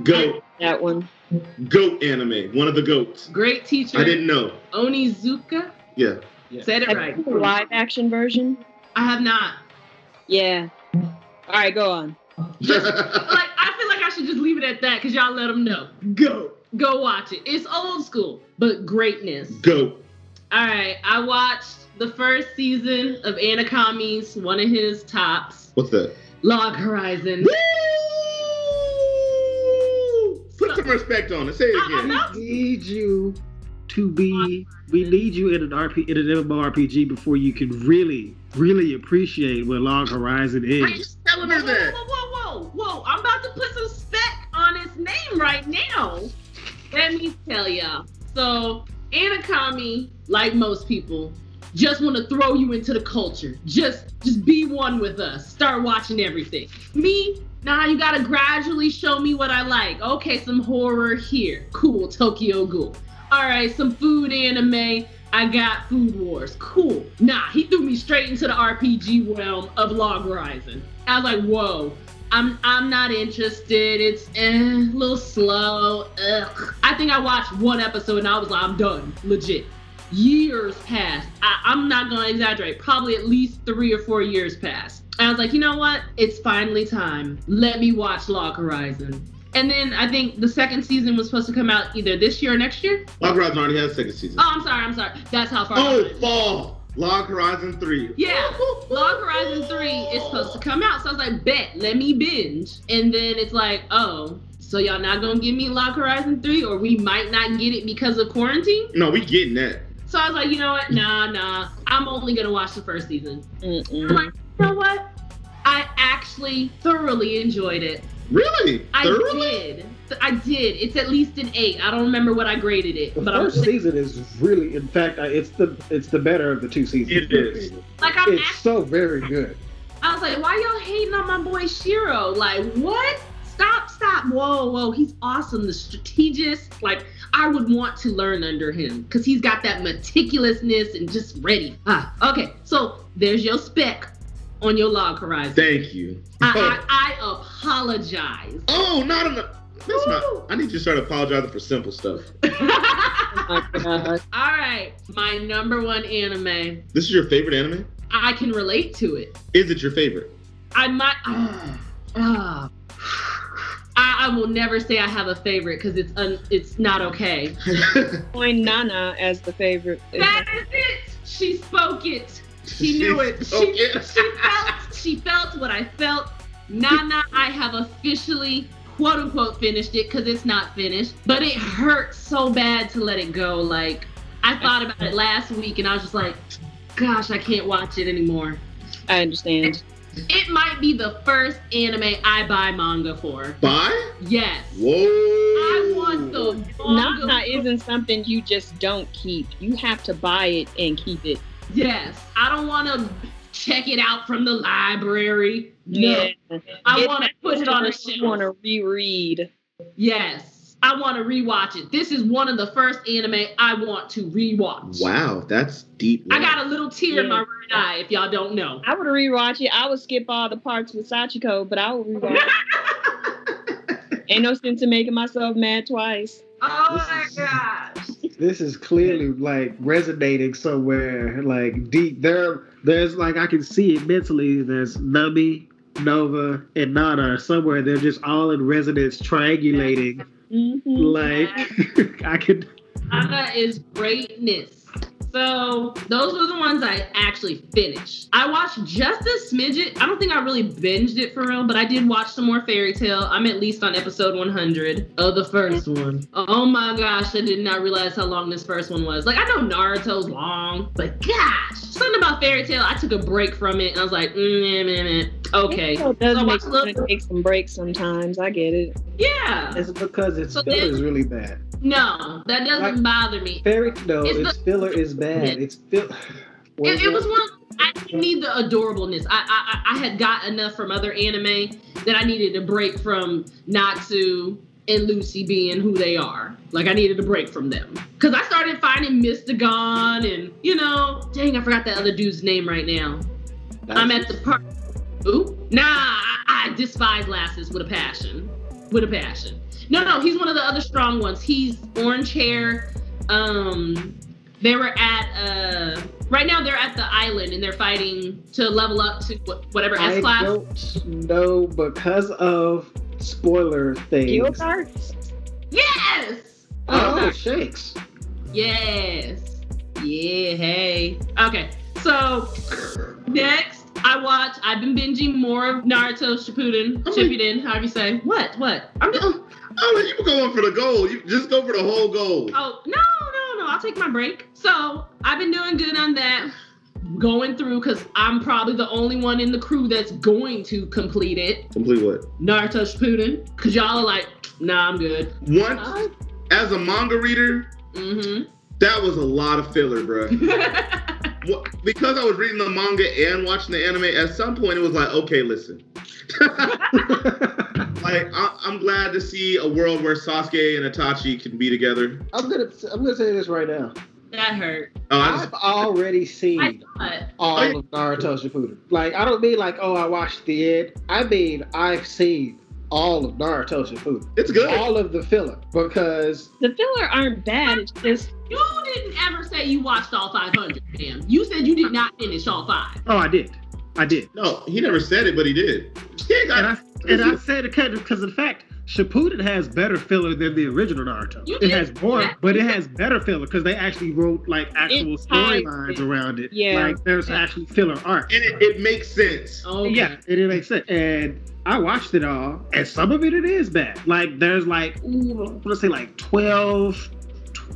[SPEAKER 2] Goat,
[SPEAKER 5] That one.
[SPEAKER 2] goat anime. One of the goats.
[SPEAKER 3] great teacher.
[SPEAKER 2] I didn't know.
[SPEAKER 3] Onizuka
[SPEAKER 2] Yeah.
[SPEAKER 3] <laughs> said it
[SPEAKER 5] Have you
[SPEAKER 3] right.
[SPEAKER 5] seen the live action version?
[SPEAKER 3] I have not.
[SPEAKER 5] Yeah. All right, go on.
[SPEAKER 3] Like I feel like I should just leave it at that because y'all let them know. Go, go watch it. It's old school, but greatness.
[SPEAKER 2] Goat.
[SPEAKER 3] All right, I watched the first season of Anakami's one of his tops,
[SPEAKER 2] What's that?
[SPEAKER 3] Log Horizon.
[SPEAKER 2] Woo! Put some respect on it. Say it
[SPEAKER 3] I- I'm
[SPEAKER 2] again.
[SPEAKER 3] not-
[SPEAKER 6] need you to be we need you in an RP in an MMORPG before you can really, really appreciate what Long Horizon
[SPEAKER 2] Why
[SPEAKER 6] is.
[SPEAKER 2] you just telling her
[SPEAKER 3] whoa,
[SPEAKER 2] that?
[SPEAKER 3] Whoa, whoa, whoa, whoa! I'm about to put some spec on its name right now. Let me tell y'all. So, Anakami, like most people, just want to throw you into the culture. Just, just be one with us. Start watching everything. Me, nah, you gotta gradually show me what I like. Okay, some horror here. Cool, Tokyo Ghoul. All right, some food anime. I got Food Wars. Cool. Nah, he threw me straight into the RPG realm of Log Horizon. I was like, whoa, I'm I'm not interested. It's eh, a little slow. Ugh. I think I watched one episode and I was like, I'm done. Legit. Years passed. I, I'm not gonna exaggerate. Probably at least three or four years passed. And I was like, you know what? It's finally time. Let me watch Log Horizon. And then I think the second season was supposed to come out either this year or next year.
[SPEAKER 2] Log Horizon already has a second season.
[SPEAKER 3] Oh, I'm sorry. I'm sorry. That's how far.
[SPEAKER 2] Oh,
[SPEAKER 3] behind.
[SPEAKER 2] fall. Log Horizon 3.
[SPEAKER 3] Yeah. Log Horizon 3 is supposed to come out. So I was like, bet, let me binge. And then it's like, oh, so y'all not going to give me Log Horizon 3 or we might not get it because of quarantine?
[SPEAKER 2] No, we getting that.
[SPEAKER 3] So I was like, you know what? Nah, nah. I'm only gonna watch the first season. I'm
[SPEAKER 5] Mm-mm.
[SPEAKER 3] like, you know what? I actually thoroughly enjoyed it.
[SPEAKER 2] Really?
[SPEAKER 3] I
[SPEAKER 2] Thoroughly?
[SPEAKER 3] did. I did. It's at least an eight. I don't remember what I graded it,
[SPEAKER 6] The
[SPEAKER 3] but I'm
[SPEAKER 6] first
[SPEAKER 3] saying-
[SPEAKER 6] season is really, in fact, I- it's the it's the better of the two seasons.
[SPEAKER 2] It is.
[SPEAKER 3] like I'm
[SPEAKER 6] It's so very good.
[SPEAKER 3] I was like, why y'all hating on my boy Shiro? Like, what? Stop, stop. Whoa, whow. He's awesome. The strategist. Like, I would want to learn under him because he's got that meticulousness and just ready. Ah, okay. So there's your spec on your log horizon.
[SPEAKER 2] Thank you.
[SPEAKER 3] I, I, I apologize. <laughs>
[SPEAKER 2] Oh, not enough. That's
[SPEAKER 3] Ooh.
[SPEAKER 2] not. I need you to start apologizing for simple stuff.
[SPEAKER 3] All
[SPEAKER 5] Oh my God.
[SPEAKER 3] right. My number one anime.
[SPEAKER 2] This is your favorite anime?
[SPEAKER 3] I can relate to it.
[SPEAKER 2] Is it your favorite? <laughs>
[SPEAKER 3] I might. <sighs> ah, ah. I, I will never say I have a favorite because it's un, it's not <laughs> okay.
[SPEAKER 5] Coin Nana as the favorite.
[SPEAKER 3] That is it. She spoke it. She knew it. She,
[SPEAKER 2] Okay.
[SPEAKER 3] she felt. She felt what I felt. Nana, I have officially quote unquote finished it because it's not finished, but it hurt so bad to let it go. Like I thought about it last week and I was just like, gosh, I can't watch it anymore.
[SPEAKER 5] I understand.
[SPEAKER 3] It might be the first anime I buy manga for.
[SPEAKER 2] Bye?
[SPEAKER 3] Yes.
[SPEAKER 2] Whoa.
[SPEAKER 3] I want the manga.
[SPEAKER 5] Nana isn't something you just don't keep. You have to buy it and keep it.
[SPEAKER 3] Yes. I don't want to check it out from the library. No. I
[SPEAKER 5] It's
[SPEAKER 3] want to
[SPEAKER 5] not
[SPEAKER 3] put it on a
[SPEAKER 5] something You want
[SPEAKER 3] shelf.
[SPEAKER 5] to reread.
[SPEAKER 3] Yes. I want to rewatch it. This is one of the first anime I want to rewatch.
[SPEAKER 2] Wow, that's deep.
[SPEAKER 3] I got a little tear in my
[SPEAKER 5] Yeah.
[SPEAKER 3] right eye if y'all don't know.
[SPEAKER 5] I would rewatch it. I would skip all the parts with Sachiko, but I would rewatch.
[SPEAKER 3] <laughs>
[SPEAKER 5] it. Ain't no sense in making myself mad twice.
[SPEAKER 3] Oh
[SPEAKER 6] my
[SPEAKER 3] gosh.
[SPEAKER 6] This is clearly like resonating somewhere like deep. There, there's like I can see it mentally. There's Nubby, Nova, and Nana are somewhere. They're just all in resonance, triangulating.
[SPEAKER 5] Mhm.
[SPEAKER 6] Like <laughs> I could.
[SPEAKER 3] Anna is greatness. So those were the ones I actually finished. I watched just a smidget. I don't think I really binged it for real, but I did watch some more fairy tale. I'm at least on episode 100 of the first one. Oh my gosh, I did not realize how long this first one was. Like I know Naruto's long, but gosh, something about fairy tale. I took a break from it and I was like, mm, meh, meh, meh. okay,
[SPEAKER 5] So it does
[SPEAKER 3] So
[SPEAKER 5] make
[SPEAKER 3] I love-
[SPEAKER 5] you wanna take some breaks sometimes. I get it.
[SPEAKER 3] yeah.
[SPEAKER 6] It's because its
[SPEAKER 3] So
[SPEAKER 6] filler
[SPEAKER 3] then-
[SPEAKER 6] is really bad.
[SPEAKER 3] No, that doesn't bother me.
[SPEAKER 6] Fairy no,
[SPEAKER 3] It's
[SPEAKER 6] its,
[SPEAKER 3] the-
[SPEAKER 6] filler is bad. It's fill.
[SPEAKER 3] It, it was one. I didn't need the adorableness. I, I I I had got enough from other anime that I needed a break from Natsu and Lucy being who they are. Like I needed a break from them because I started finding Mystagon and you know, dang, I forgot that other dude's name right now. I'm at the park. Ooh, nah, I, I despise Lasses with a passion. With a passion. No, no, he's one of the other strong ones. He's orange hair. Um, they were at uh, right now they're at the island and they're fighting to level up to wh- whatever S
[SPEAKER 6] I
[SPEAKER 3] class.
[SPEAKER 6] don't know because of spoiler
[SPEAKER 5] Guild
[SPEAKER 6] things.
[SPEAKER 5] cards.
[SPEAKER 3] Yes.
[SPEAKER 6] Oh shakes!
[SPEAKER 3] Yes. Yeah, hey. Okay. So next I watch I've been binging more of Naruto Shippuden,
[SPEAKER 2] Oh my-
[SPEAKER 3] Shippuden, however you say. What? What? I'm just,
[SPEAKER 2] Oh, <laughs> oh, you were going for the goal. You just go for the whole goal.
[SPEAKER 3] Oh, no, no, no. I'll take my break. So I've been doing good on that. Going through because I'm probably the only one in the crew that's going to complete it.
[SPEAKER 2] Complete what?
[SPEAKER 3] Naruto Shippuden. Because y'all are like, nah, I'm good.
[SPEAKER 2] Once, as a manga reader,
[SPEAKER 3] Mm
[SPEAKER 2] that was a lot of filler, bro.
[SPEAKER 3] <laughs> hmm.
[SPEAKER 2] because I was reading the manga and watching the anime, at some point it was like, okay,
[SPEAKER 3] <laughs>
[SPEAKER 2] listen. <laughs>
[SPEAKER 6] I'm
[SPEAKER 2] Like, I- I'm glad to see a world where Sasuke and Itachi can be together.
[SPEAKER 6] gonna I'm gonna say this right now.
[SPEAKER 3] <laughs> that hurt.
[SPEAKER 2] Oh, I just,
[SPEAKER 6] I've already
[SPEAKER 3] I
[SPEAKER 6] seen
[SPEAKER 3] thought.
[SPEAKER 6] all of Naruto Shippuden. Like I don't mean like oh I watched the end. I mean I've seen all of Naruto Shippuden,
[SPEAKER 2] it's good.
[SPEAKER 6] all of the filler because
[SPEAKER 5] The filler aren't bad. It's just
[SPEAKER 3] You didn't ever say you watched all 500, ma'am. You said you did not finish all five.
[SPEAKER 6] oh I did, I did.
[SPEAKER 2] No, he never said it, but he did. Yeah,
[SPEAKER 6] And
[SPEAKER 2] I-
[SPEAKER 6] I and I said it because in fact, Shippuden has better filler than the original Naruto.
[SPEAKER 3] You
[SPEAKER 6] it
[SPEAKER 3] did-
[SPEAKER 6] has more, but it has better filler because they actually wrote like actual
[SPEAKER 5] It ties
[SPEAKER 6] storylines
[SPEAKER 5] it.
[SPEAKER 6] around it.
[SPEAKER 5] Yeah.
[SPEAKER 6] like there's actually filler art.
[SPEAKER 2] and it, it makes sense.
[SPEAKER 3] Oh,
[SPEAKER 6] Yeah, and it makes sense. And I watched it all, and some of it it is bad. Like there's like ooh, I want to say like 12,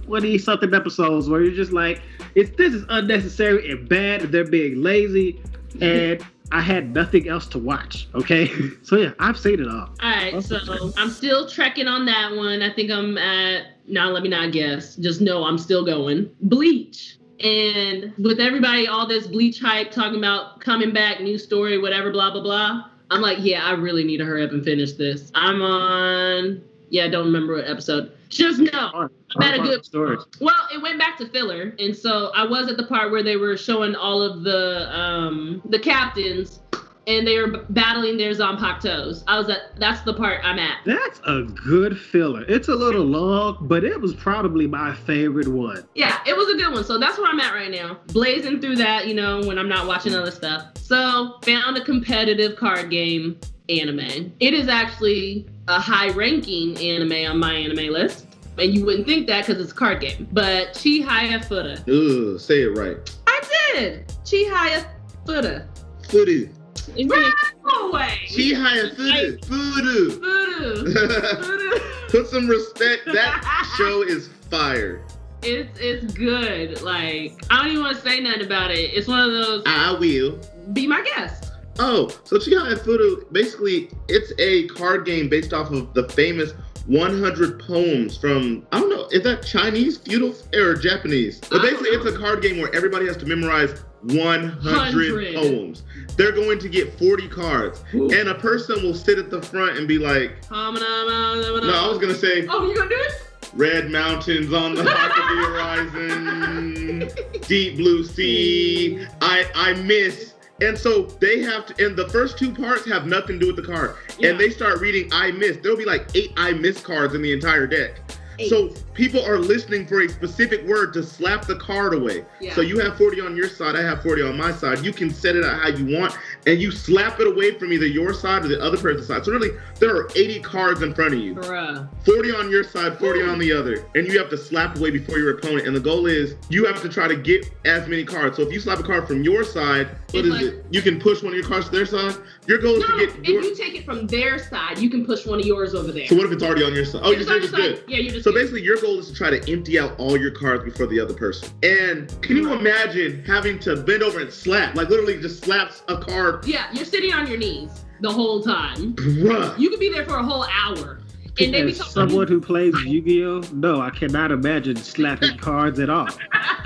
[SPEAKER 6] twenty something episodes where you're just like, if this is unnecessary and bad, they're being lazy, and I had nothing else to watch. Okay, <laughs> so yeah, I've seen it all.
[SPEAKER 3] All right, so I'm still trekking on that one. I think I'm at. Now let me not guess. Just know I'm still going. Bleach. And with everybody, all this bleach hype talking about coming back, new story, whatever, blah blah blah. I'm like, yeah, I really need to hurry up and finish this. I'm on. Yeah, I don't remember what episode. Just know. I'm at a good
[SPEAKER 6] story.
[SPEAKER 3] Well, it went back to filler, and so I was at the part where they were showing all of the um the captains, and they were b- battling their Zompactos. I was at that's the part I'm at.
[SPEAKER 6] That's a good filler. It's a little long, but it was probably my favorite one.
[SPEAKER 3] Yeah, it was a good one. So that's where I'm at right now, blazing through that. You know, when I'm not watching other stuff. So found a competitive card game anime. It is actually a high ranking anime on my anime list. And you wouldn't think that because it's a card game. But Chihaya Fuda.
[SPEAKER 2] Ugh, say it right.
[SPEAKER 3] I did! Chihaya Fuda.
[SPEAKER 2] Footy.
[SPEAKER 5] It's
[SPEAKER 3] Right away.
[SPEAKER 2] She hired footy. Voodoo.
[SPEAKER 3] Voodoo. Voodoo.
[SPEAKER 2] <laughs> Put some respect. That show is fire.
[SPEAKER 3] It's it's good. Like I don't even want to say nothing about it. It's one of those.
[SPEAKER 2] I will.
[SPEAKER 3] Be my guest.
[SPEAKER 2] Oh, so Chiha and Fudu, basically, it's a card game based off of the famous 100 poems from, I don't know, is that Chinese feudal or Japanese? But basically, it's a card game where everybody has to memorize 100
[SPEAKER 3] 100.
[SPEAKER 2] poems. They're going to get 40 cards, and a person will sit at the front and be like,
[SPEAKER 3] No,
[SPEAKER 2] no, I was going to say,
[SPEAKER 3] Oh, you gonna do it?
[SPEAKER 2] Red mountains on the top
[SPEAKER 3] <laughs>
[SPEAKER 2] of the horizon. Deep blue sea. I I miss. And so they have to, and the first two parts have nothing to do with the card.
[SPEAKER 3] Yeah.
[SPEAKER 2] And they start reading I miss. There'll be like eight I miss cards in the entire deck. So people are listening for a specific word to slap the card away.
[SPEAKER 3] Yeah.
[SPEAKER 2] So you have 40 on your side, I have 40 on my side. You can set it out how you want, and you slap it away from either your side or the other person's side. So really, there are 80 cards in front of you.
[SPEAKER 3] Bruh.
[SPEAKER 2] 40 on your side, 40 on the other. And you have to slap away before your opponent. And the goal is you have to try to get as many cards. So if you slap a card from your side, what
[SPEAKER 3] It's
[SPEAKER 2] is
[SPEAKER 3] like-
[SPEAKER 2] it? You can push one of your cards to their side. Your goal
[SPEAKER 3] No,
[SPEAKER 2] is to
[SPEAKER 3] if
[SPEAKER 2] get your.
[SPEAKER 3] you take it from their side, you can push one of yours over there.
[SPEAKER 2] So what if it's already on your side? Oh,
[SPEAKER 3] If
[SPEAKER 2] you're
[SPEAKER 3] it's
[SPEAKER 2] saying
[SPEAKER 3] on
[SPEAKER 2] it's
[SPEAKER 3] your side,
[SPEAKER 2] good.
[SPEAKER 3] Yeah, you just.
[SPEAKER 2] So
[SPEAKER 3] good.
[SPEAKER 2] basically, your goal is to try to empty out all your cards before the other person. And can you imagine having to bend over and slap? Like literally just slaps a card.
[SPEAKER 3] Yeah, you're sitting on your knees the whole time.
[SPEAKER 2] Bruh.
[SPEAKER 3] You could be there for a whole hour, and they be
[SPEAKER 6] As
[SPEAKER 3] talking.
[SPEAKER 6] someone who plays Yu-Gi-Oh, no, I cannot imagine slapping cards at all.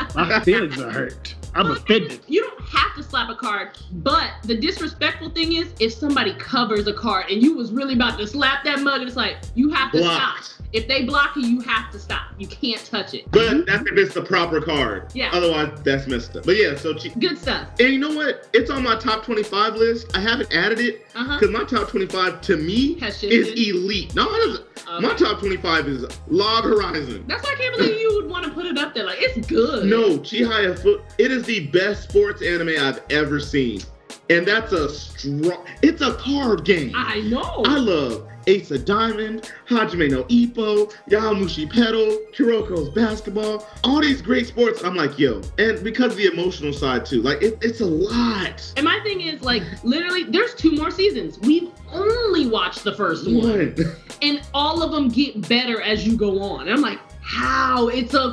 [SPEAKER 3] <laughs>
[SPEAKER 6] My feelings are hurt. I'm
[SPEAKER 3] Well, the thing
[SPEAKER 6] offended.
[SPEAKER 3] is, You don't have to slap a card, but the disrespectful thing is if somebody covers a card and you was really about to slap that mug, it's like you have to
[SPEAKER 2] Blocked.
[SPEAKER 3] stop. If they block you, you have to stop. You can't touch it.
[SPEAKER 2] But that's if it's the proper card.
[SPEAKER 3] Yeah.
[SPEAKER 2] Otherwise, that's messed up. But yeah, so she,
[SPEAKER 3] Good stuff.
[SPEAKER 2] And you know what? It's on my top 25 list. I haven't added it
[SPEAKER 3] Uh huh.
[SPEAKER 2] because my top 25 to me
[SPEAKER 3] Has
[SPEAKER 2] is
[SPEAKER 3] shifted.
[SPEAKER 2] elite. No, it doesn't.
[SPEAKER 3] Okay.
[SPEAKER 2] My top 25 is Log Horizon.
[SPEAKER 3] That's why I can't believe you would want to put it up there. Like it's good.
[SPEAKER 2] No, Chihaya Foot. It is the best sports anime I've ever seen. And that's a strong, it's a card game.
[SPEAKER 3] I know.
[SPEAKER 2] I love Ace of Diamond, Hajime no Ippo, Yamushi Pedal, Kuroko's Basketball, all these great sports. I'm like, yo. And because of the emotional side too, like, it, it's a lot.
[SPEAKER 3] and my thing is like literally, there's two more seasons. We've only watched the first one.
[SPEAKER 2] One.
[SPEAKER 3] and all of them get better as you go on. And I'm like, how? It's a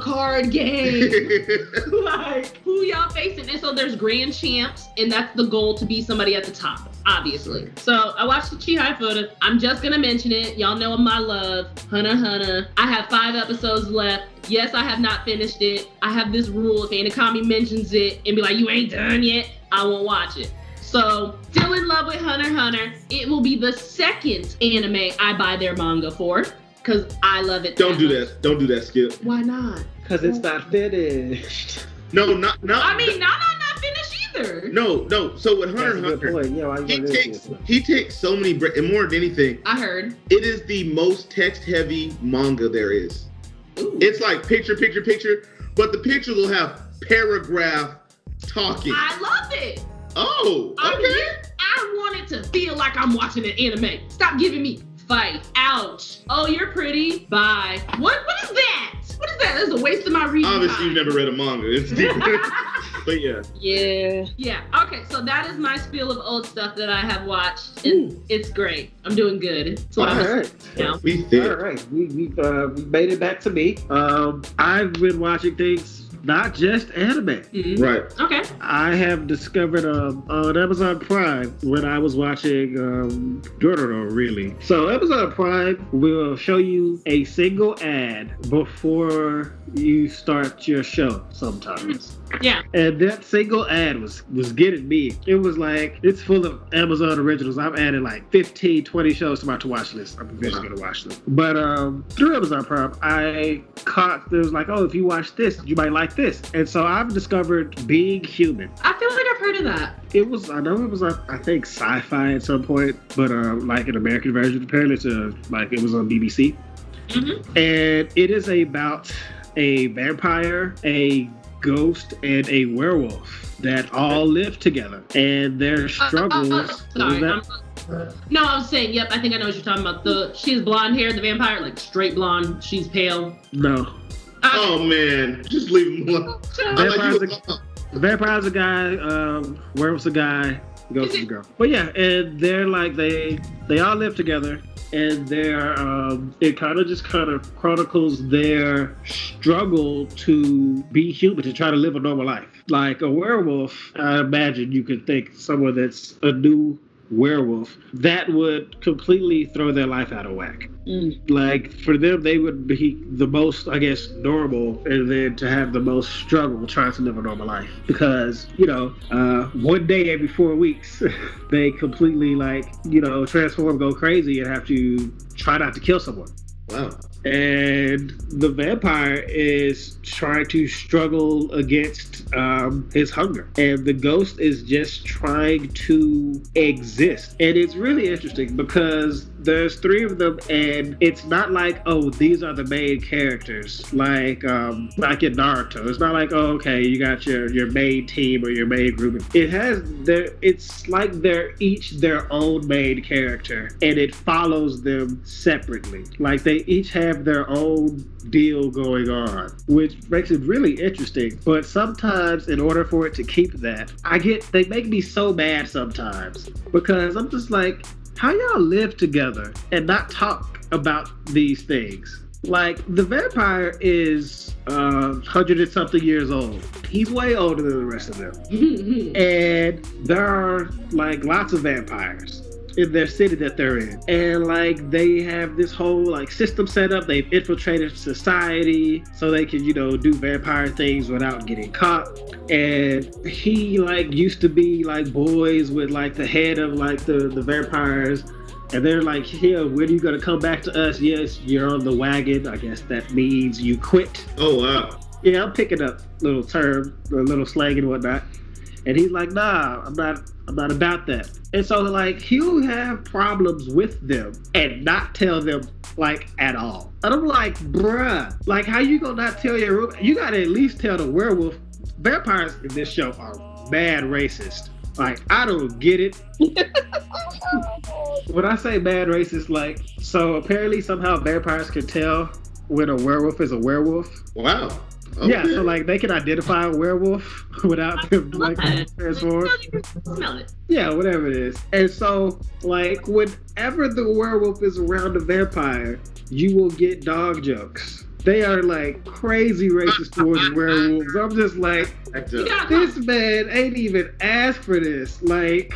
[SPEAKER 2] <laughs>
[SPEAKER 3] card game. <laughs> like, who y'all facing? And so there's grand champs, and that's the goal to be somebody at the top, obviously. So I watched the Chihai photo. I'm just gonna mention it. Y'all know my love, Hunter x Hunter. I have five episodes left. Yes, I have not finished it. I have this rule: if Anakami mentions it and be like, "You ain't done yet," I won't watch it. So, still in love with Hunter x Hunter. It will be the second anime I buy their manga for because I love it.
[SPEAKER 2] Don't do
[SPEAKER 3] much.
[SPEAKER 2] that. Don't do that, Skip.
[SPEAKER 3] Why not?
[SPEAKER 6] Cause it's not finished.
[SPEAKER 2] No, not not.
[SPEAKER 3] I mean, Nana not finished either.
[SPEAKER 2] no, no. So with
[SPEAKER 6] That's
[SPEAKER 2] Hunter
[SPEAKER 6] a
[SPEAKER 2] x Hunter,
[SPEAKER 6] good point. Yeah, why you
[SPEAKER 2] he
[SPEAKER 6] gonna do
[SPEAKER 2] takes
[SPEAKER 6] this?
[SPEAKER 2] he takes so many br- and more than anything,
[SPEAKER 3] I heard.
[SPEAKER 2] it is the most text heavy manga there is.
[SPEAKER 3] Ooh.
[SPEAKER 2] It's like picture, picture, picture, but the pictures will have paragraph talking.
[SPEAKER 3] I love it.
[SPEAKER 2] oh,
[SPEAKER 3] I
[SPEAKER 2] okay.
[SPEAKER 3] mean, I want it to feel like I'm watching an anime. Stop giving me fight. Ouch. Oh, you're pretty. Bye. What? What is that? What is that? That's a waste of my reading.
[SPEAKER 2] Obviously,
[SPEAKER 3] time. <laughs>
[SPEAKER 2] you've never read a manga. It's deep. <laughs> But yeah,
[SPEAKER 5] Yeah.
[SPEAKER 3] Yeah. Okay. So that is my spiel of old stuff that I have watched, and it's great. I'm doing good. It's
[SPEAKER 6] All
[SPEAKER 3] what I'm
[SPEAKER 6] right.
[SPEAKER 3] now.
[SPEAKER 2] we did.
[SPEAKER 6] All right, we we uh, we made it back to me. Um, I've been watching things, not just anime.
[SPEAKER 3] Mhm.
[SPEAKER 2] Right.
[SPEAKER 3] Okay.
[SPEAKER 6] I have discovered um, on Amazon Prime when I was watching um, Dororo, really. So Amazon Prime will show you a single ad before you start your show sometimes.
[SPEAKER 3] Yeah.
[SPEAKER 6] And that single ad was was getting me. It was like, it's full of Amazon originals. I've added like 15, 20 shows to my to watch list. I'm eventually going to watch them. But um, through Amazon Prime, I caught, there was like, oh, if you watch this, you might like this. And so I've discovered Being Human
[SPEAKER 3] I feel like I've heard of that.
[SPEAKER 6] it was I know it was uh, I think sci-fi at some point, but uh, like an American version. Apparently, it's a, like it was on BBC,
[SPEAKER 3] Mhm.
[SPEAKER 6] and it is about a vampire, a ghost, and a werewolf that all live together, and their
[SPEAKER 3] Uh, uh,
[SPEAKER 6] struggles.
[SPEAKER 3] uh, sorry.
[SPEAKER 6] with that-
[SPEAKER 3] I'm, no, I was saying. Yep. I think I know what you're talking about. The she has blonde hair. The vampire, like straight blonde. She's pale.
[SPEAKER 6] no,
[SPEAKER 2] Oh man, just leave him alone.
[SPEAKER 3] <laughs>
[SPEAKER 2] I'm like, you was up.
[SPEAKER 6] Vampire's a guy, um, werewolf's a guy, ghost is a girl. But yeah, and they're like they they all live together, and they're um, it kind of just kind of chronicles their struggle to be human, to try to live a normal life. Like a werewolf, I imagine you could think someone that's a new werewolf that would completely throw their life out of whack
[SPEAKER 5] Mm.
[SPEAKER 6] like for them they would be the most i guess normal and then to have the most struggle trying to live a normal life because you know uh, one day every four weeks <laughs> they completely like you know transform go crazy and have to try not to kill someone
[SPEAKER 2] Wow.
[SPEAKER 6] and the vampire is trying to struggle against um, his hunger and the ghost is just trying to exist and it's really interesting because there's three of them and it's not like oh these are the main characters like um like in naruto it's not like oh okay you got your your main team or your main group it has their it's like they're each their own main character and it follows them separately like they each have their own deal going on which makes it really interesting but sometimes in order for it to keep that i get they make me so mad sometimes because i'm just like how y'all live together and not talk about these things. Like the vampire is uh, hundred and something years old. He's way older than the rest of them, and there are like lots of vampires in their city that they're in, and like they have this whole like system set up. They've infiltrated society so they can you know do vampire things without getting caught and he like used to be like boys with like the head of like the the vampires and they're like yeah when are you gonna come back to us yes you're on the wagon i guess that means you quit
[SPEAKER 2] Oh wow.
[SPEAKER 6] yeah i'm picking up little term a little slang and whatnot and he's like nah i'm not i'm not about that and so like he'll have problems with them and not tell them like at all and i'm like bruh like how you gonna not tell your room you gotta at least tell the werewolf vampires in this show are mad racist. Like I don't get it. when I say mad racist, like so apparently somehow vampires can tell when a werewolf is a werewolf.
[SPEAKER 2] Oh, Wow.
[SPEAKER 6] Yeah,
[SPEAKER 2] Okay.
[SPEAKER 6] so like they can identify a werewolf <laughs> without them like transform.
[SPEAKER 3] Smell
[SPEAKER 6] <laughs>
[SPEAKER 3] it.
[SPEAKER 6] Yeah, whatever it is. And so, like, whenever the werewolf is around the vampire, you will get dog jokes. They are like crazy racist towards werewolves. I'm just like,
[SPEAKER 2] That's
[SPEAKER 3] You
[SPEAKER 2] dope.
[SPEAKER 3] got <laughs>
[SPEAKER 6] <laughs> this man ain't even asked for this. Like,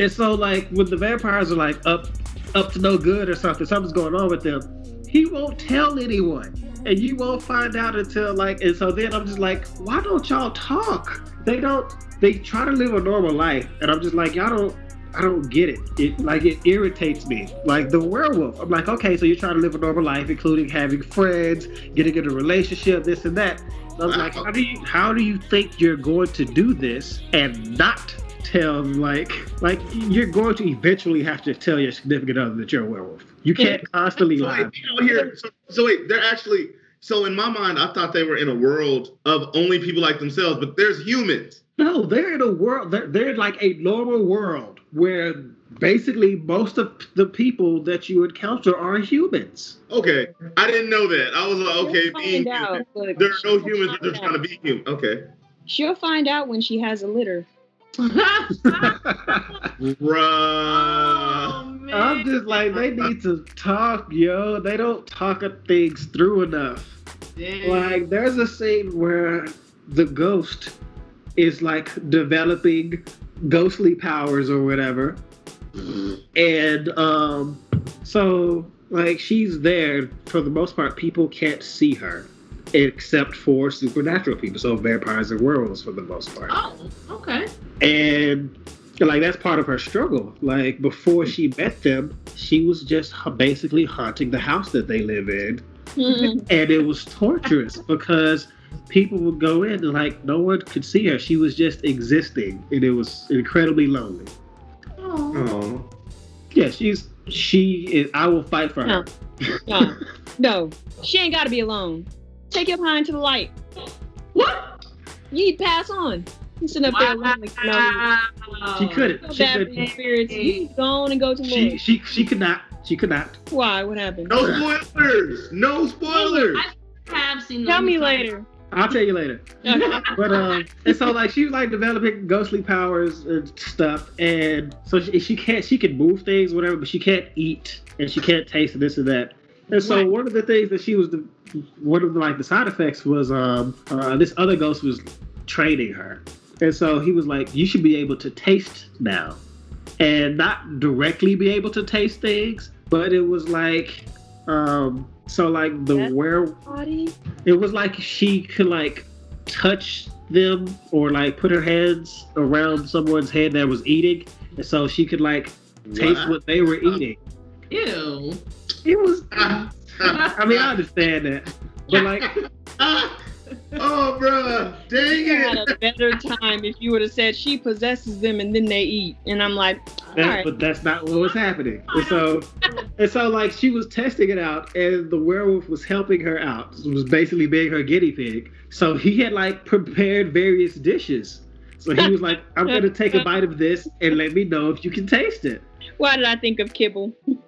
[SPEAKER 6] and so like when the vampires are like up, up to no good or something, something's going on with them. He won't tell anyone, and you won't find out until like. And so then I'm just like, why don't y'all talk? They don't. They try to live a normal life, and I'm just like, y'all don't. I don't get it. It like it irritates me. Like the werewolf. I'm like, okay, so you're trying to live a normal life, including having friends, getting in a relationship, this and that. So I was like,
[SPEAKER 2] Wow.
[SPEAKER 6] how do you how do you think you're going to do this and not tell like like you're going to eventually have to tell your significant other that you're a werewolf. You can't constantly
[SPEAKER 2] So
[SPEAKER 6] lie.
[SPEAKER 2] wait, they don't hear- so- so wait, they're actually. So in my mind, I thought they were in a world of only people like themselves, but there's humans.
[SPEAKER 6] No, they're in a world. They're, they're like a normal world where basically most of the people that you encounter are humans. <laughs>
[SPEAKER 2] Okay, I didn't know that. I was like, okay,
[SPEAKER 5] You'll
[SPEAKER 2] being
[SPEAKER 5] find out,
[SPEAKER 2] human.
[SPEAKER 5] but
[SPEAKER 2] There are no
[SPEAKER 5] you'll
[SPEAKER 2] humans. They're
[SPEAKER 5] find
[SPEAKER 2] just trying to
[SPEAKER 5] out.
[SPEAKER 2] be human. Okay.
[SPEAKER 5] She'll find out when she has a litter.
[SPEAKER 2] Bruh.
[SPEAKER 3] oh, man.
[SPEAKER 6] I'm just like they need to talk, yo. They don't talk things through enough.
[SPEAKER 3] Damn.
[SPEAKER 6] Like there's a scene where the ghost is like developing ghostly powers or whatever. And um so like she's there for the most part people can't see her except for supernatural people. So vampires and werewolves for the most part
[SPEAKER 3] oh, okay.
[SPEAKER 6] and like that's part of her struggle like before she met them she was just h- basically haunting the house that they live in
[SPEAKER 5] Mhm.
[SPEAKER 6] and it was torturous because people would go in and like no one could see her she was just existing and it was incredibly lonely
[SPEAKER 3] Oh.
[SPEAKER 2] Oh.
[SPEAKER 6] yeah she's she is i will fight for her
[SPEAKER 5] <laughs> no, no, she ain't got to be alone. Take your behind to the light.
[SPEAKER 3] What?
[SPEAKER 5] You need to pass on. You sitting up there lonely for no reason.
[SPEAKER 3] Wow.
[SPEAKER 6] she couldn't
[SPEAKER 5] Feel
[SPEAKER 6] she
[SPEAKER 5] bad for your
[SPEAKER 6] couldn't
[SPEAKER 5] spirits. You need to go on and go to
[SPEAKER 6] she,
[SPEAKER 5] Lord.
[SPEAKER 6] she she could not she could not
[SPEAKER 5] Why? What happened?
[SPEAKER 6] Oh.
[SPEAKER 2] No spoilers. No spoilers.
[SPEAKER 3] I have seen
[SPEAKER 5] Tell
[SPEAKER 3] them.
[SPEAKER 5] me later.
[SPEAKER 6] i'll tell you later But um, and so like she was like developing ghostly powers and stuff, and so she, she can't she can move things whatever, but she can't eat and she can't taste this and that. And so
[SPEAKER 3] Right.
[SPEAKER 6] one of the things that she was the one of the, like the side effects was um uh, this other ghost was training her, and so he was like you should be able to taste now, and not directly be able to taste things, but it was like um so like the
[SPEAKER 5] That's-
[SPEAKER 6] where
[SPEAKER 5] Body?
[SPEAKER 6] it was like she could like touch them or like put her hands around someone's head that was eating and so she could like taste what they were eating
[SPEAKER 3] <laughs> Ew.
[SPEAKER 6] it was i
[SPEAKER 2] Ah, ah,
[SPEAKER 6] mean i understand that but like
[SPEAKER 2] ah. oh, bruh.
[SPEAKER 5] You
[SPEAKER 2] Dang
[SPEAKER 5] had
[SPEAKER 2] it.
[SPEAKER 5] a better time if you would have said she possesses them and then they eat. And I'm like, all
[SPEAKER 6] that,
[SPEAKER 5] right.
[SPEAKER 6] but that's not what was happening and so and so like she was testing it out and the werewolf was helping her out was basically being her guinea pig so he had like prepared various dishes so he was like i'm gonna take a bite of this and let me know if you can taste it
[SPEAKER 5] Why did I think of kibble? <laughs>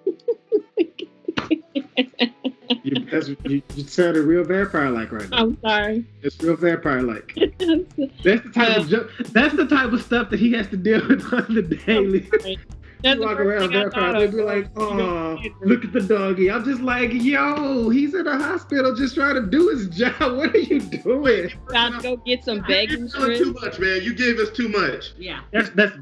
[SPEAKER 6] You, that's, you, you sounded real vampire like right now.
[SPEAKER 5] I'm sorry.
[SPEAKER 6] It's real vampire like. That's the type of ju- that's the type of stuff that he has to deal with on the daily.
[SPEAKER 5] That's
[SPEAKER 6] You
[SPEAKER 5] the
[SPEAKER 6] walk
[SPEAKER 5] first
[SPEAKER 6] around
[SPEAKER 5] thing I
[SPEAKER 6] vampire,
[SPEAKER 5] thought
[SPEAKER 6] they
[SPEAKER 5] of.
[SPEAKER 6] be like, "Oh,
[SPEAKER 5] You know,
[SPEAKER 6] look at the doggy." I'm just like, "Yo, he's in the hospital just trying to do his job. <laughs> What are you doing?"
[SPEAKER 5] about to go get some bacon
[SPEAKER 2] You're telling
[SPEAKER 5] strips.
[SPEAKER 2] too much, man. You gave us too much.
[SPEAKER 3] Yeah.
[SPEAKER 6] That's that's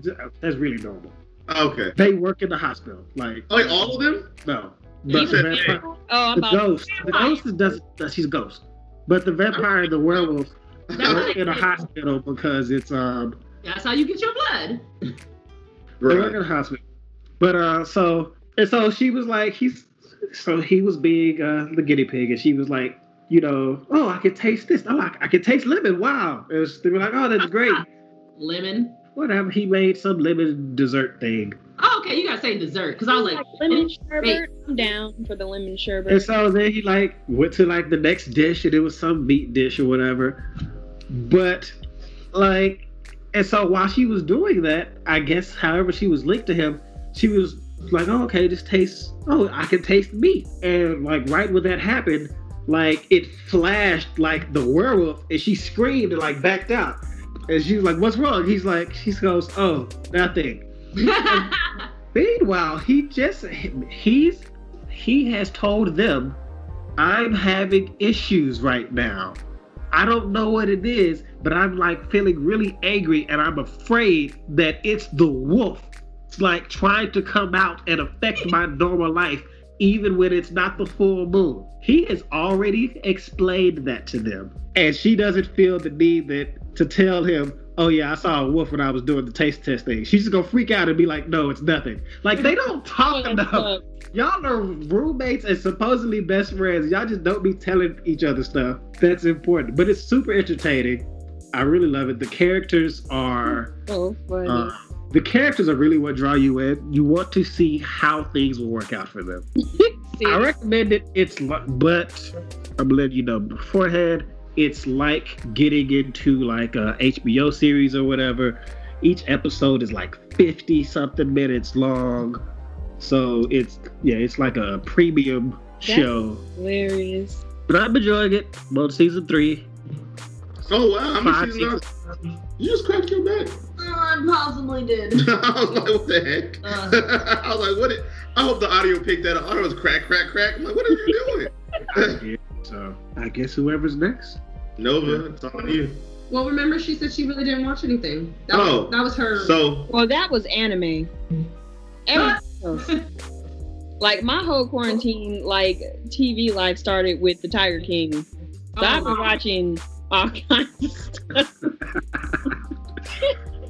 [SPEAKER 6] that's really normal.
[SPEAKER 2] Okay.
[SPEAKER 6] They work in the hospital, like
[SPEAKER 2] Like all of them?
[SPEAKER 6] no,
[SPEAKER 2] You
[SPEAKER 6] but the
[SPEAKER 2] said-
[SPEAKER 6] vampire,
[SPEAKER 5] Oh, I'm
[SPEAKER 6] the
[SPEAKER 5] about to
[SPEAKER 6] ghost, the ghost doesn't. She's a ghost, but the vampire and the werewolf
[SPEAKER 2] <laughs>
[SPEAKER 6] work in a hospital because it's um
[SPEAKER 3] That's how you get your blood.
[SPEAKER 6] They work
[SPEAKER 2] Right.
[SPEAKER 6] in the hospital. But uh, so and so she was like, he's so he was being uh, the guinea pig, and she was like, you know, oh, I can taste this. Oh, I, I can taste lemon. Wow. And they were like, oh, that's great.
[SPEAKER 3] Lemon.
[SPEAKER 6] Whatever. He made some lemon dessert thing,
[SPEAKER 3] Oh, okay, you gotta say dessert, because I was like,
[SPEAKER 5] lemon sherbet. I'm down for the lemon sherbet.
[SPEAKER 6] and so then he like went to like the next dish, and it was some meat dish or whatever. But like, and so while she was doing that, I guess however she was linked to him, she was like, oh, okay, this tastes, oh, I can taste meat. And like, right when that happened, like it flashed like the werewolf and she screamed and like backed out. And she was like, what's wrong? He's like, she goes, oh, nothing.
[SPEAKER 3] <laughs>
[SPEAKER 6] Meanwhile, he just, he's, he has told them, I'm having issues right now. I don't know what it is, but I'm like feeling really angry and I'm afraid that it's the wolf. It's like trying to come out and affect my normal life, even when it's not the full moon. He has already explained that to them. And she doesn't feel the need that to tell him, oh yeah, I saw a wolf when I was doing the taste test thing. She's just gonna freak out and be like, no, it's nothing. Like they don't
[SPEAKER 5] Oh,
[SPEAKER 6] talk enough.
[SPEAKER 5] Look,
[SPEAKER 6] Y'all are roommates and supposedly best friends. Y'all just don't be telling each other stuff. That's important. But it's super entertaining. I really love it. The characters are
[SPEAKER 5] so funny.
[SPEAKER 6] uh, the characters are really what draw you in. You want to see how things will work out for them.
[SPEAKER 5] See,
[SPEAKER 6] I recommend it. It's li- but I'm letting you know beforehand. It's like getting into like a HBO series or whatever. Each episode is like 50 something minutes long. So it's yeah, it's like a premium
[SPEAKER 5] That's-
[SPEAKER 6] show.
[SPEAKER 5] hilarious.
[SPEAKER 6] But I'm enjoying it. I'm on season three.
[SPEAKER 2] Oh wow, I'm
[SPEAKER 6] Five,
[SPEAKER 2] a season nine. You just cracked your back.
[SPEAKER 7] I possibly did.
[SPEAKER 2] <laughs> I was like, what the heck?
[SPEAKER 7] Uh.
[SPEAKER 2] <laughs> I was like, what? Did, I hope the audio picked that up. I was crack, crack, crack. I'm like, what are you doing? <laughs>
[SPEAKER 6] Yeah, so I guess whoever's next.
[SPEAKER 2] Nova, it's on you.
[SPEAKER 7] Well, remember she said she really didn't watch anything. That
[SPEAKER 2] Oh.
[SPEAKER 7] was, that was her.
[SPEAKER 2] So,
[SPEAKER 5] Well, that was anime. Everything <laughs> else. Like my whole quarantine, like TV life started with the Tiger King. So
[SPEAKER 3] Oh,
[SPEAKER 5] I've
[SPEAKER 3] Uh-huh.
[SPEAKER 5] been watching all kinds of stuff.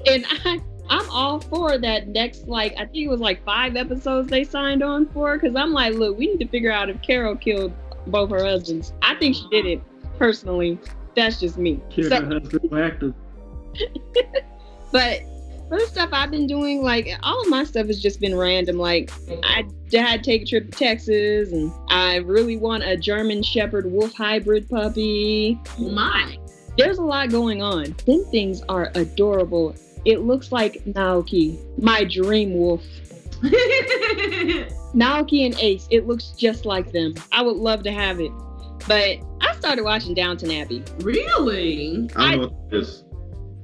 [SPEAKER 5] and I, I'm all for that next, like I think it was like five episodes they signed on for, because I'm like, look, we need to figure out if Carol killed both her husbands. I think she did it personally. That's just me.
[SPEAKER 6] Kira
[SPEAKER 5] So-
[SPEAKER 6] husband active.
[SPEAKER 5] but for the stuff I've been doing, like all of my stuff has just been random. Like I dad take a trip to Texas, and I really want a German Shepherd Wolf hybrid puppy.
[SPEAKER 3] My. <laughs>
[SPEAKER 5] There's a lot going on. Them things are adorable. It looks like Naoki, my dream wolf. Naoki and Ace. It looks just like them. I would love to have it. But I started watching Downton Abbey.
[SPEAKER 3] really?
[SPEAKER 2] I don't know what this is.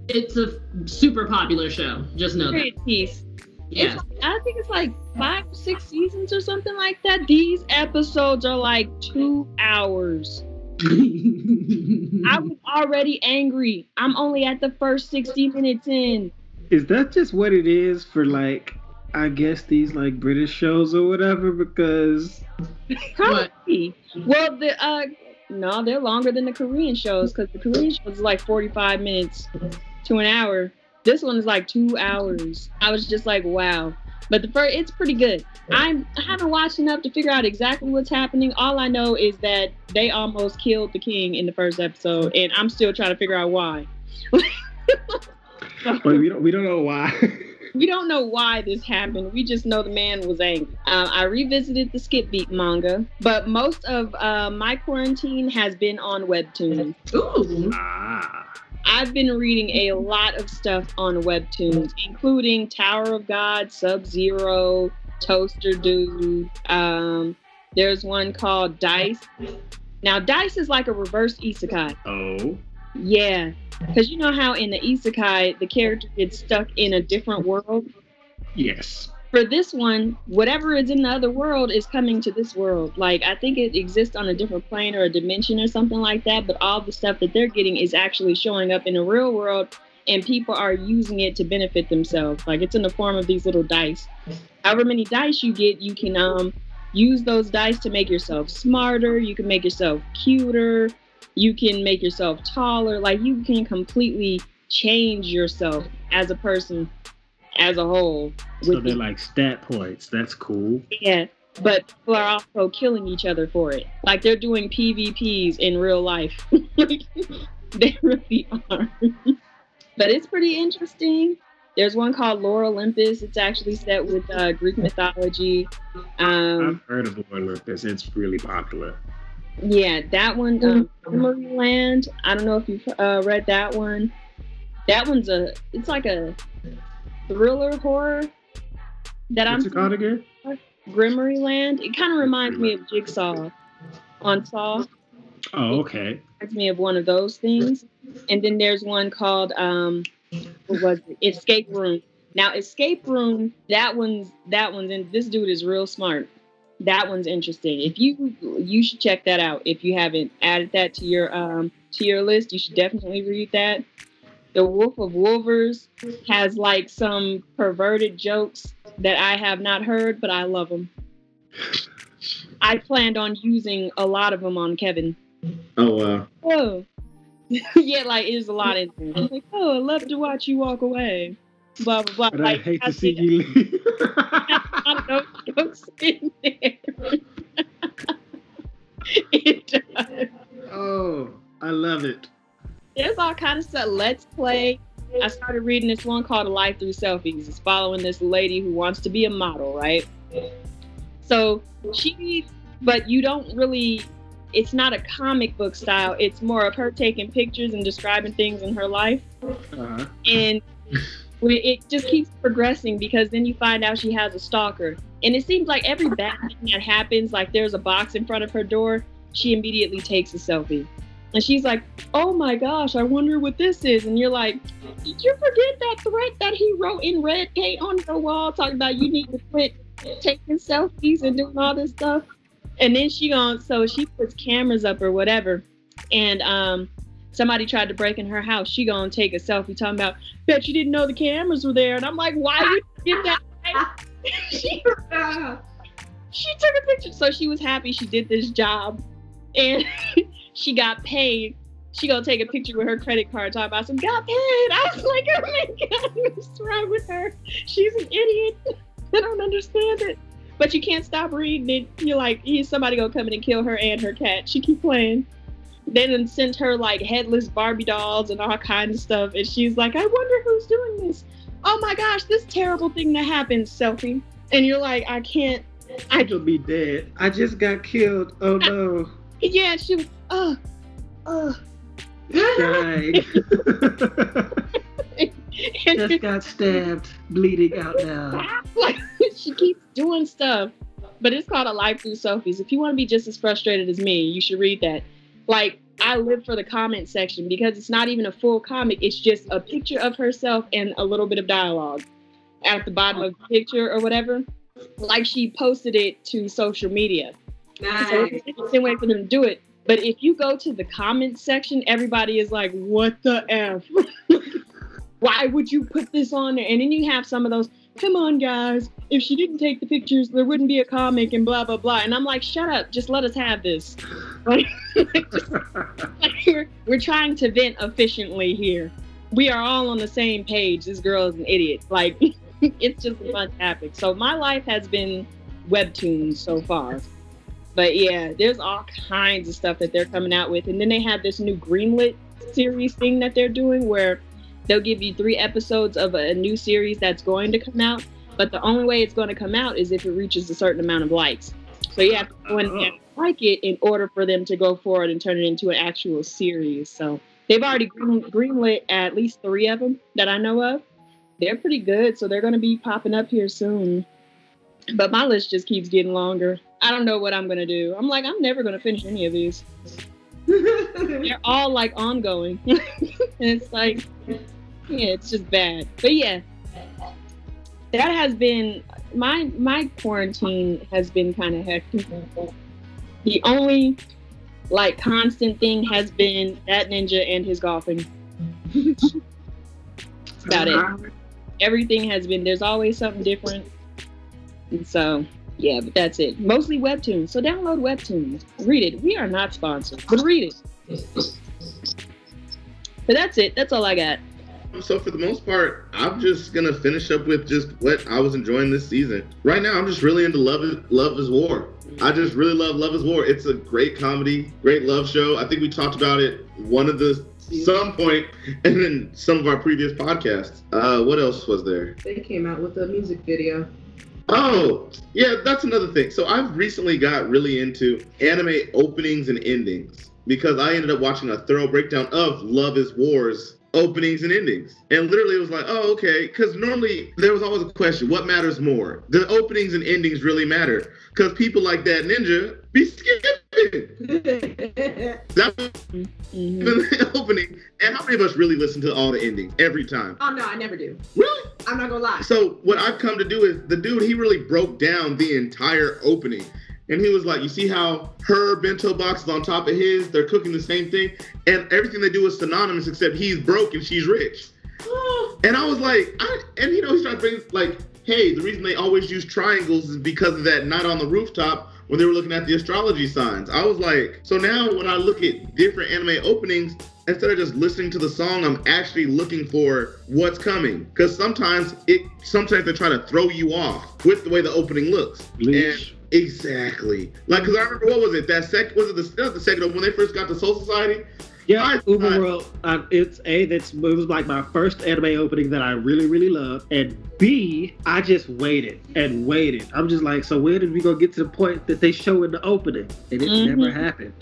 [SPEAKER 3] It's a super popular show. Just know that.
[SPEAKER 5] Period piece.
[SPEAKER 3] Yeah.
[SPEAKER 5] I think it's like five, six seasons or something like that. These episodes are like two hours.
[SPEAKER 3] <laughs> Mm-hmm.
[SPEAKER 5] I was already angry. I'm only at the first 60 minutes in.
[SPEAKER 6] Is that just what it is for like? I guess these like British shows or whatever because
[SPEAKER 5] Probably. Well, the uh, no, they're longer than the Korean shows because the Korean shows is like 45 minutes to an hour. This one is like two hours. I was just like, wow. But the first, it's pretty good. I'm I haven't watched enough to figure out exactly what's happening. All I know is that they almost killed the king in the first episode, and I'm still trying to figure out why.
[SPEAKER 6] but we don't we don't know why.
[SPEAKER 5] We don't know why this happened. We just know the man was angry. Uh, I revisited the Skip Beat manga, but most of uh, my quarantine has been on Webtoon.
[SPEAKER 7] Ooh.
[SPEAKER 6] ah,
[SPEAKER 5] I've been reading a lot of stuff on Webtoons, including Tower of God, Sub Zero, Toaster Dude. Um, there's one called Dice. Now, Dice is like a reverse isekai.
[SPEAKER 6] oh,
[SPEAKER 5] Yeah, because you know how in the isekai, the character gets stuck in a different world?
[SPEAKER 6] yes.
[SPEAKER 5] for this one, whatever is in the other world is coming to this world. Like I think it exists on a different plane or a dimension or something like that. But all the stuff that they're getting is actually showing up in the real world, and people are using it to benefit themselves. Like it's in the form of these little dice. However many dice you get, you can um use those dice to make yourself smarter. You can make yourself cuter. You can make yourself taller. Like you can completely change yourself as a person as a whole
[SPEAKER 6] <laughs> So
[SPEAKER 5] with
[SPEAKER 6] <laughs> they're
[SPEAKER 5] these
[SPEAKER 6] like stat points. That's cool.
[SPEAKER 5] yeah, but people are also killing each other for it. Like they're doing PvPs in real life. <laughs> like they really are. but it's pretty interesting. There's one called Lore Olympus. It's actually set with uh, Greek mythology.
[SPEAKER 6] I've
[SPEAKER 5] Um,
[SPEAKER 6] heard of Olympus. It's really popular.
[SPEAKER 5] yeah, that one, um, Memory Land. I don't know if you've uh, read that one. That one's a, it's like a thriller horror that I'm.
[SPEAKER 6] What's it called again?
[SPEAKER 5] Grimory Land. It kind of reminds me of Jigsaw on Saw.
[SPEAKER 6] Oh, okay.
[SPEAKER 5] Reminds me of one of those things. And then there's one called um, what was it? Escape Room. Now Escape Room. That one's that one's in. This dude is real smart. That one's interesting. If you you should check that out. If you haven't added that to your um to your list, you should definitely read that. The Wolf of Wolvers has like some perverted jokes that I have not heard, but I love them. I planned on using a lot of them on Kevin.
[SPEAKER 2] Oh wow.
[SPEAKER 5] Oh, <laughs> yeah, like it was a lot in there. Like, oh, I love to watch you walk away. Blah blah blah.
[SPEAKER 6] But I
[SPEAKER 5] like,
[SPEAKER 6] hate to
[SPEAKER 5] I
[SPEAKER 6] see
[SPEAKER 5] did
[SPEAKER 6] you <laughs> leave.
[SPEAKER 5] a lot of <laughs> those jokes in there. <laughs> it does.
[SPEAKER 6] oh, I love it.
[SPEAKER 5] There's all kind of stuff. Let's play. I started reading this one called A Life Through Selfies. It's following this lady who wants to be a model, right? So she, but you don't really, it's not a comic book style. It's more of her taking pictures and describing things in her life.
[SPEAKER 6] Uh-huh.
[SPEAKER 5] and when it just keeps progressing because then you find out she has a stalker and it seems like every bad thing that happens like there's a box in front of her door she immediately takes a selfie And she's like, "Oh my gosh, I wonder what this is." And you're like, "Did you forget that threat that he wrote in red paint on the wall, talking about you need to quit taking selfies and doing all this stuff?" And then she on, so she puts cameras up or whatever, and um, somebody tried to break in her house. She gonna take a selfie, talking about, "Bet you didn't know the cameras were there." And I'm like, "Why would you get that?" <laughs> right?" she she took a picture. So she was happy she did this job and <laughs> she got paid. She gonna take a picture with her credit card talking about some got paid. I was like, oh my god, what's wrong with her? She's an idiot. I don't understand it. But you can't stop reading it. You're like, he's somebody gonna come in and kill her and her cat. She keep playing. They done sent her like headless Barbie dolls and all kinds of stuff, and she's like, I wonder who's doing this. Oh my gosh, this terrible thing that happened, selfie. And you're like, I can't I
[SPEAKER 6] Angel be dead. I just got killed. Oh no.
[SPEAKER 5] Yeah, she was. Oh, <laughs> oh.
[SPEAKER 6] Dying. just got stabbed, bleeding out now.
[SPEAKER 5] <laughs> like she keeps doing stuff, but it's called a life through selfies. If you want to be just as frustrated as me, you should read that. Like I live for the comment section because it's not even a full comic; it's just a picture of herself and a little bit of dialogue at the bottom of the picture or whatever. Like she posted it to social media. So
[SPEAKER 7] Nice.
[SPEAKER 5] it's an interesting way for them to do it. But if you go to the comments section, everybody is like, what the F? <laughs> Why would you put this on there? And then you have some of those, come on, guys. If she didn't take the pictures, there wouldn't be a comic and blah, blah, blah. And I'm like, shut up. Just let us have this. <laughs> Like, we're, we're trying to vent efficiently here. We are all on the same page. This girl is an idiot. Like, <laughs> it's just a fun topic. So my life has been webtoons so far. But yeah, there's all kinds of stuff that they're coming out with. And then they have this new greenlit series thing that they're doing where they'll give you three episodes of a new series that's going to come out. But the only way it's going to come out is if it reaches a certain amount of likes. So you have to go in and like it in order for them to go forward and turn it into an actual series. So they've already green, greenlit at least three of them that I know of. They're pretty good. So they're going to be popping up here soon. But my list just keeps getting longer. I don't know what I'm gonna do. I'm like, I'm never gonna finish any of these. They're all like ongoing. <laughs> and it's like, yeah, it's just bad. But yeah, that has been my my quarantine has been kind of hectic. The only like constant thing has been that ninja and his golfing. That's about it everything has been there's always something different and so yeah but that's it mostly webtoons so download webtoons read it we are not sponsored but read it but that's it that's all i got
[SPEAKER 2] So for the most part, I'm just gonna finish up with just what I was enjoying this season. Right now, I'm just really into Love is, Love is War. I just really love Love is War. It's a great comedy, great love show. I think we talked about it one of the some point, <laughs> and then some of our previous podcasts. Uh, what else was there?
[SPEAKER 7] They came out with a music video.
[SPEAKER 2] Oh, yeah, that's another thing. So I've recently got really into anime openings and endings because I ended up watching a thorough breakdown of Love is War's openings and endings. And literally it was like, oh, okay. Because normally there was always a question what matters more? The openings and endings really matter because people like that ninja be skipping. <laughs> That's
[SPEAKER 5] Mhm.
[SPEAKER 2] the opening. And how many of us really listen to all the endings every time?
[SPEAKER 7] oh no, I never do.
[SPEAKER 2] Really?
[SPEAKER 7] I'm not gonna lie.
[SPEAKER 2] So what I've come to do is the dude he really broke down the entire opening. And he was like, you see how her bento box is on top of his, they're cooking the same thing, and everything they do is synonymous except he's broke and she's rich. And I was like, I, and you know, he started bringing like, hey, the reason they always use triangles is because of that night on the rooftop when they were looking at the astrology signs. I was like, so now when I look at different anime openings, instead of just listening to the song, I'm actually looking for what's coming. Because sometimes it, sometimes they try to throw you off with the way the opening looks.
[SPEAKER 6] Bleach.
[SPEAKER 2] And exactly. Like, cause I remember what was it? That sec was it the, not the second one, when they first got to Soul Society?
[SPEAKER 6] Yeah,
[SPEAKER 2] I-
[SPEAKER 6] Uber
[SPEAKER 2] I-
[SPEAKER 6] World. Uh, it's a that's it was like my first anime opening that I really really loved, and B I just waited and waited. I'm just like, so when did we gonna get to the point that they show in the opening? And it
[SPEAKER 5] Mhm.
[SPEAKER 6] never happened.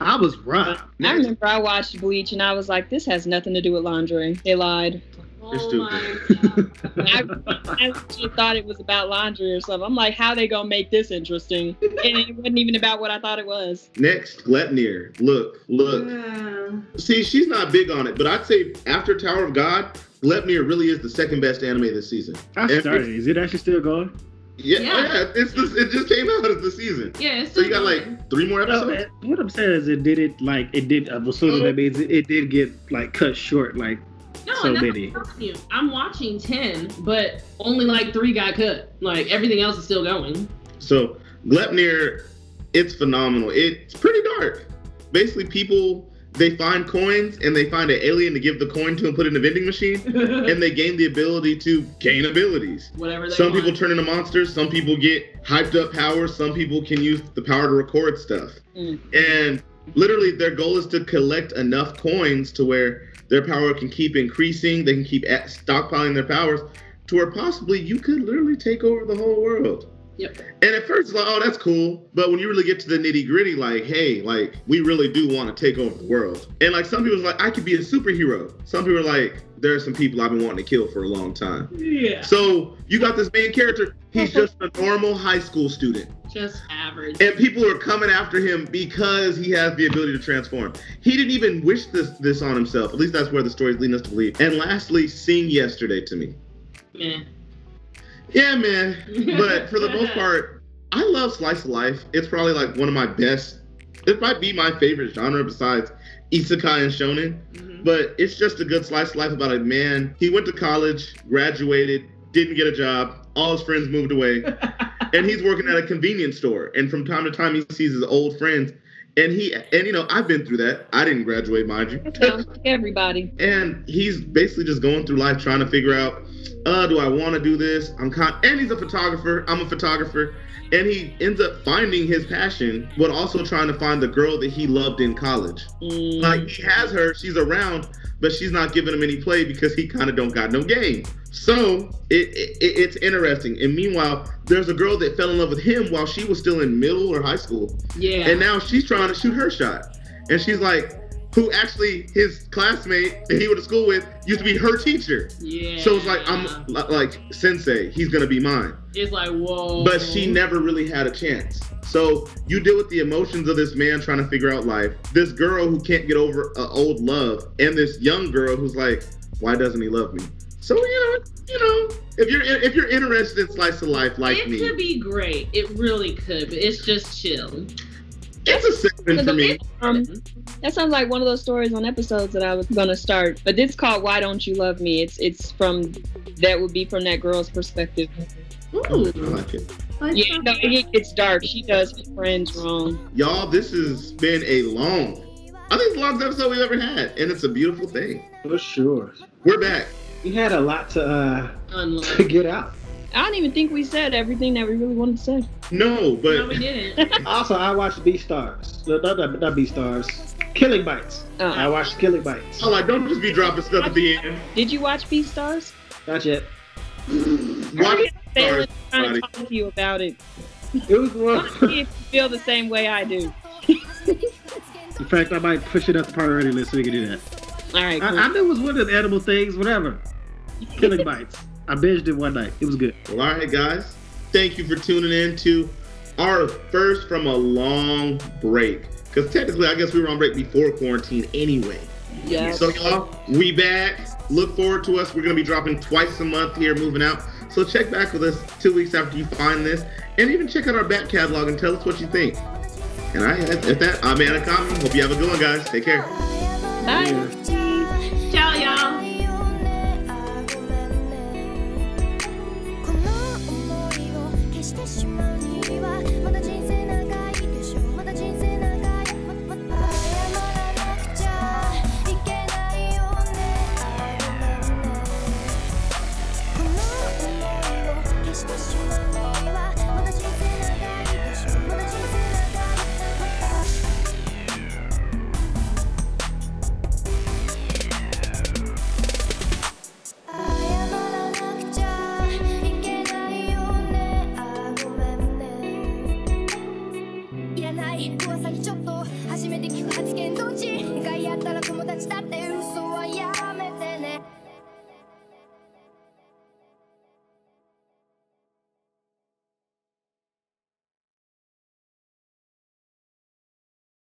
[SPEAKER 6] I was robbed.
[SPEAKER 5] i remember i watched bleach and i was like this has nothing to do with laundry they lied
[SPEAKER 3] Oh
[SPEAKER 2] You're stupid. <laughs>
[SPEAKER 3] my God.
[SPEAKER 5] I actually thought it was about laundry or something. I'm like, how they gonna make this interesting? And it wasn't even about what I thought it was.
[SPEAKER 2] Next, Gletnir. Look, look.
[SPEAKER 7] Yeah.
[SPEAKER 2] See, she's not big on it, but I'd say after Tower of God, Gletnir really is the second best anime this season.
[SPEAKER 6] I started. Is it actually still going?
[SPEAKER 2] Yeah, oh
[SPEAKER 3] Yeah.
[SPEAKER 2] yeah. it's the, it just came out as the season.
[SPEAKER 3] Yeah, it's
[SPEAKER 2] So you got
[SPEAKER 3] annoying.
[SPEAKER 2] like three more
[SPEAKER 6] No,
[SPEAKER 2] episodes.
[SPEAKER 6] uh, what I'm saying is it did it like it did. Uh, so that means it, it did get like cut short. Like
[SPEAKER 3] no,
[SPEAKER 6] so
[SPEAKER 3] and that's
[SPEAKER 6] many.
[SPEAKER 3] what I'm telling you. I'm watching ten, but only like three got cut. Like everything else is still going.
[SPEAKER 2] So Glepnir, it's phenomenal. It's pretty dark. Basically, people they find coins and they find an alien to give the coin to and put in a vending machine, and they gain the ability to gain abilities.
[SPEAKER 3] Whatever. They
[SPEAKER 2] Some
[SPEAKER 3] want.
[SPEAKER 2] people turn into monsters. Some people get hyped up power. Some people can use the power to record stuff.
[SPEAKER 5] Mm.
[SPEAKER 2] And literally, their goal is to collect enough coins to where their power can keep increasing. They can keep at- stockpiling their powers to where possibly you could literally take over the whole world.
[SPEAKER 3] Yep.
[SPEAKER 2] And at first, it's like, oh, that's cool. But when you really get to the nitty gritty, like, hey, like, we really do want to take over the world. And like, some people's like, I could be a superhero. Some people are like, there are some people I've been wanting to kill for a long time.
[SPEAKER 3] Yeah.
[SPEAKER 2] So you got this main character. He's just a normal high school student,
[SPEAKER 3] Just average.
[SPEAKER 2] and people are coming after him because he has the ability to transform. He didn't even wish this this on himself. At least that's where the story's leading us to believe. And lastly, sing yesterday to me.
[SPEAKER 3] Meh.
[SPEAKER 2] Yeah, man. But for the most part, I love slice of life. It's probably like one of my best. It might be my favorite genre besides isekai and shonen.
[SPEAKER 3] Mhm.
[SPEAKER 2] But it's just a good slice of life about a man. He went to college, graduated, didn't get a job, all his friends moved away, and he's working at a convenience store. And from time to time, he sees his old friends. And he, and you know, I've been through that. I didn't graduate, mind you
[SPEAKER 5] That sounds like everybody.
[SPEAKER 2] and he's basically just going through life trying to figure out uh do i want to do this i'm con and he's a photographer i'm a photographer and he ends up finding his passion but also trying to find the girl that he loved in college
[SPEAKER 5] Mm.
[SPEAKER 2] like he has her she's around but she's not giving him any play because he kind of don't got no game so it, it it's interesting and meanwhile there's a girl that fell in love with him while she was still in middle or high school
[SPEAKER 3] Yeah.
[SPEAKER 2] and now she's trying to shoot her shot. And she's like, who actually his classmate that he went to school with used to be her teacher.
[SPEAKER 3] yeah.
[SPEAKER 2] So it's like I'm li- like sensei, he's gonna be mine.
[SPEAKER 3] It's like whoa.
[SPEAKER 2] But she never really had a chance. So you deal with the emotions of this man trying to figure out life, this girl who can't get over an old love, and this young girl who's like, why doesn't he love me? So you know, you know, if you're if you're interested in slice of life like
[SPEAKER 3] it
[SPEAKER 2] me,
[SPEAKER 3] could be great. It really could, but it's just chill.
[SPEAKER 2] it's a seven for me.
[SPEAKER 5] Um, that sounds like one of those stories on episodes that I was gonna start. But it's called Why Don't You Love Me? It's it's from that would be from that girl's perspective.
[SPEAKER 2] Ooh, I like it.
[SPEAKER 5] Yeah, no, it gets dark. She does her friends wrong.
[SPEAKER 2] Y'all, this has been a long, I think the longest episode we've ever had, and it's a beautiful thing.
[SPEAKER 6] for sure,
[SPEAKER 2] We're back.
[SPEAKER 6] we had a lot to uh to
[SPEAKER 3] Unlike.
[SPEAKER 6] get out.
[SPEAKER 5] I don't even think we said everything that we really wanted to say.
[SPEAKER 2] No,
[SPEAKER 3] No,
[SPEAKER 2] but
[SPEAKER 3] we didn't.
[SPEAKER 6] Also, I watched B Stars. No, not, not, not B Stars. Killing Bites. I
[SPEAKER 5] Uh,
[SPEAKER 6] watched Killing Bites.
[SPEAKER 2] oh, like, don't just be dropping stuff at the end.
[SPEAKER 5] did you watch Beastars? Stars?
[SPEAKER 6] Not yet.
[SPEAKER 2] Watch
[SPEAKER 5] Baylin
[SPEAKER 2] Stars,
[SPEAKER 5] trying
[SPEAKER 2] buddy.
[SPEAKER 5] to talk to you about it.
[SPEAKER 6] It was
[SPEAKER 5] I'm
[SPEAKER 6] one.
[SPEAKER 5] gonna see if you feel the same way I do.
[SPEAKER 6] <laughs> In fact, I might push it up the part already list so we can do that.
[SPEAKER 5] <laughs> All right, cool.
[SPEAKER 6] I, I knew it was one of the animal things, whatever. Killing Bites. I binged it one night. It was good.
[SPEAKER 2] Well, all right, guys. Thank you for tuning in to our first from a long break. Because technically, I guess we were on break before quarantine anyway.
[SPEAKER 5] Yes.
[SPEAKER 2] So y'all, we back. Look forward to us. We're gonna be dropping twice a month here, moving out. So check back with us two weeks after you find this, and even check out our back catalog and tell us what you think. And I, at that, I'm Anna Common. Hope you have a good one, guys. Take care.
[SPEAKER 5] Bye.
[SPEAKER 3] Ciao, y'all.
[SPEAKER 1] この想いを消してしまうにはまだ人生長いでしょまだ人生長いままま謝らなくちゃいけないよねあごめんねこの想いを消してしまうにはまだ人生長いでしょまだ人生長い謝らなくちゃいけないよねあごめんねいらない噂にちょっと初めて聞く発言どっち一回やったら友達だって嘘を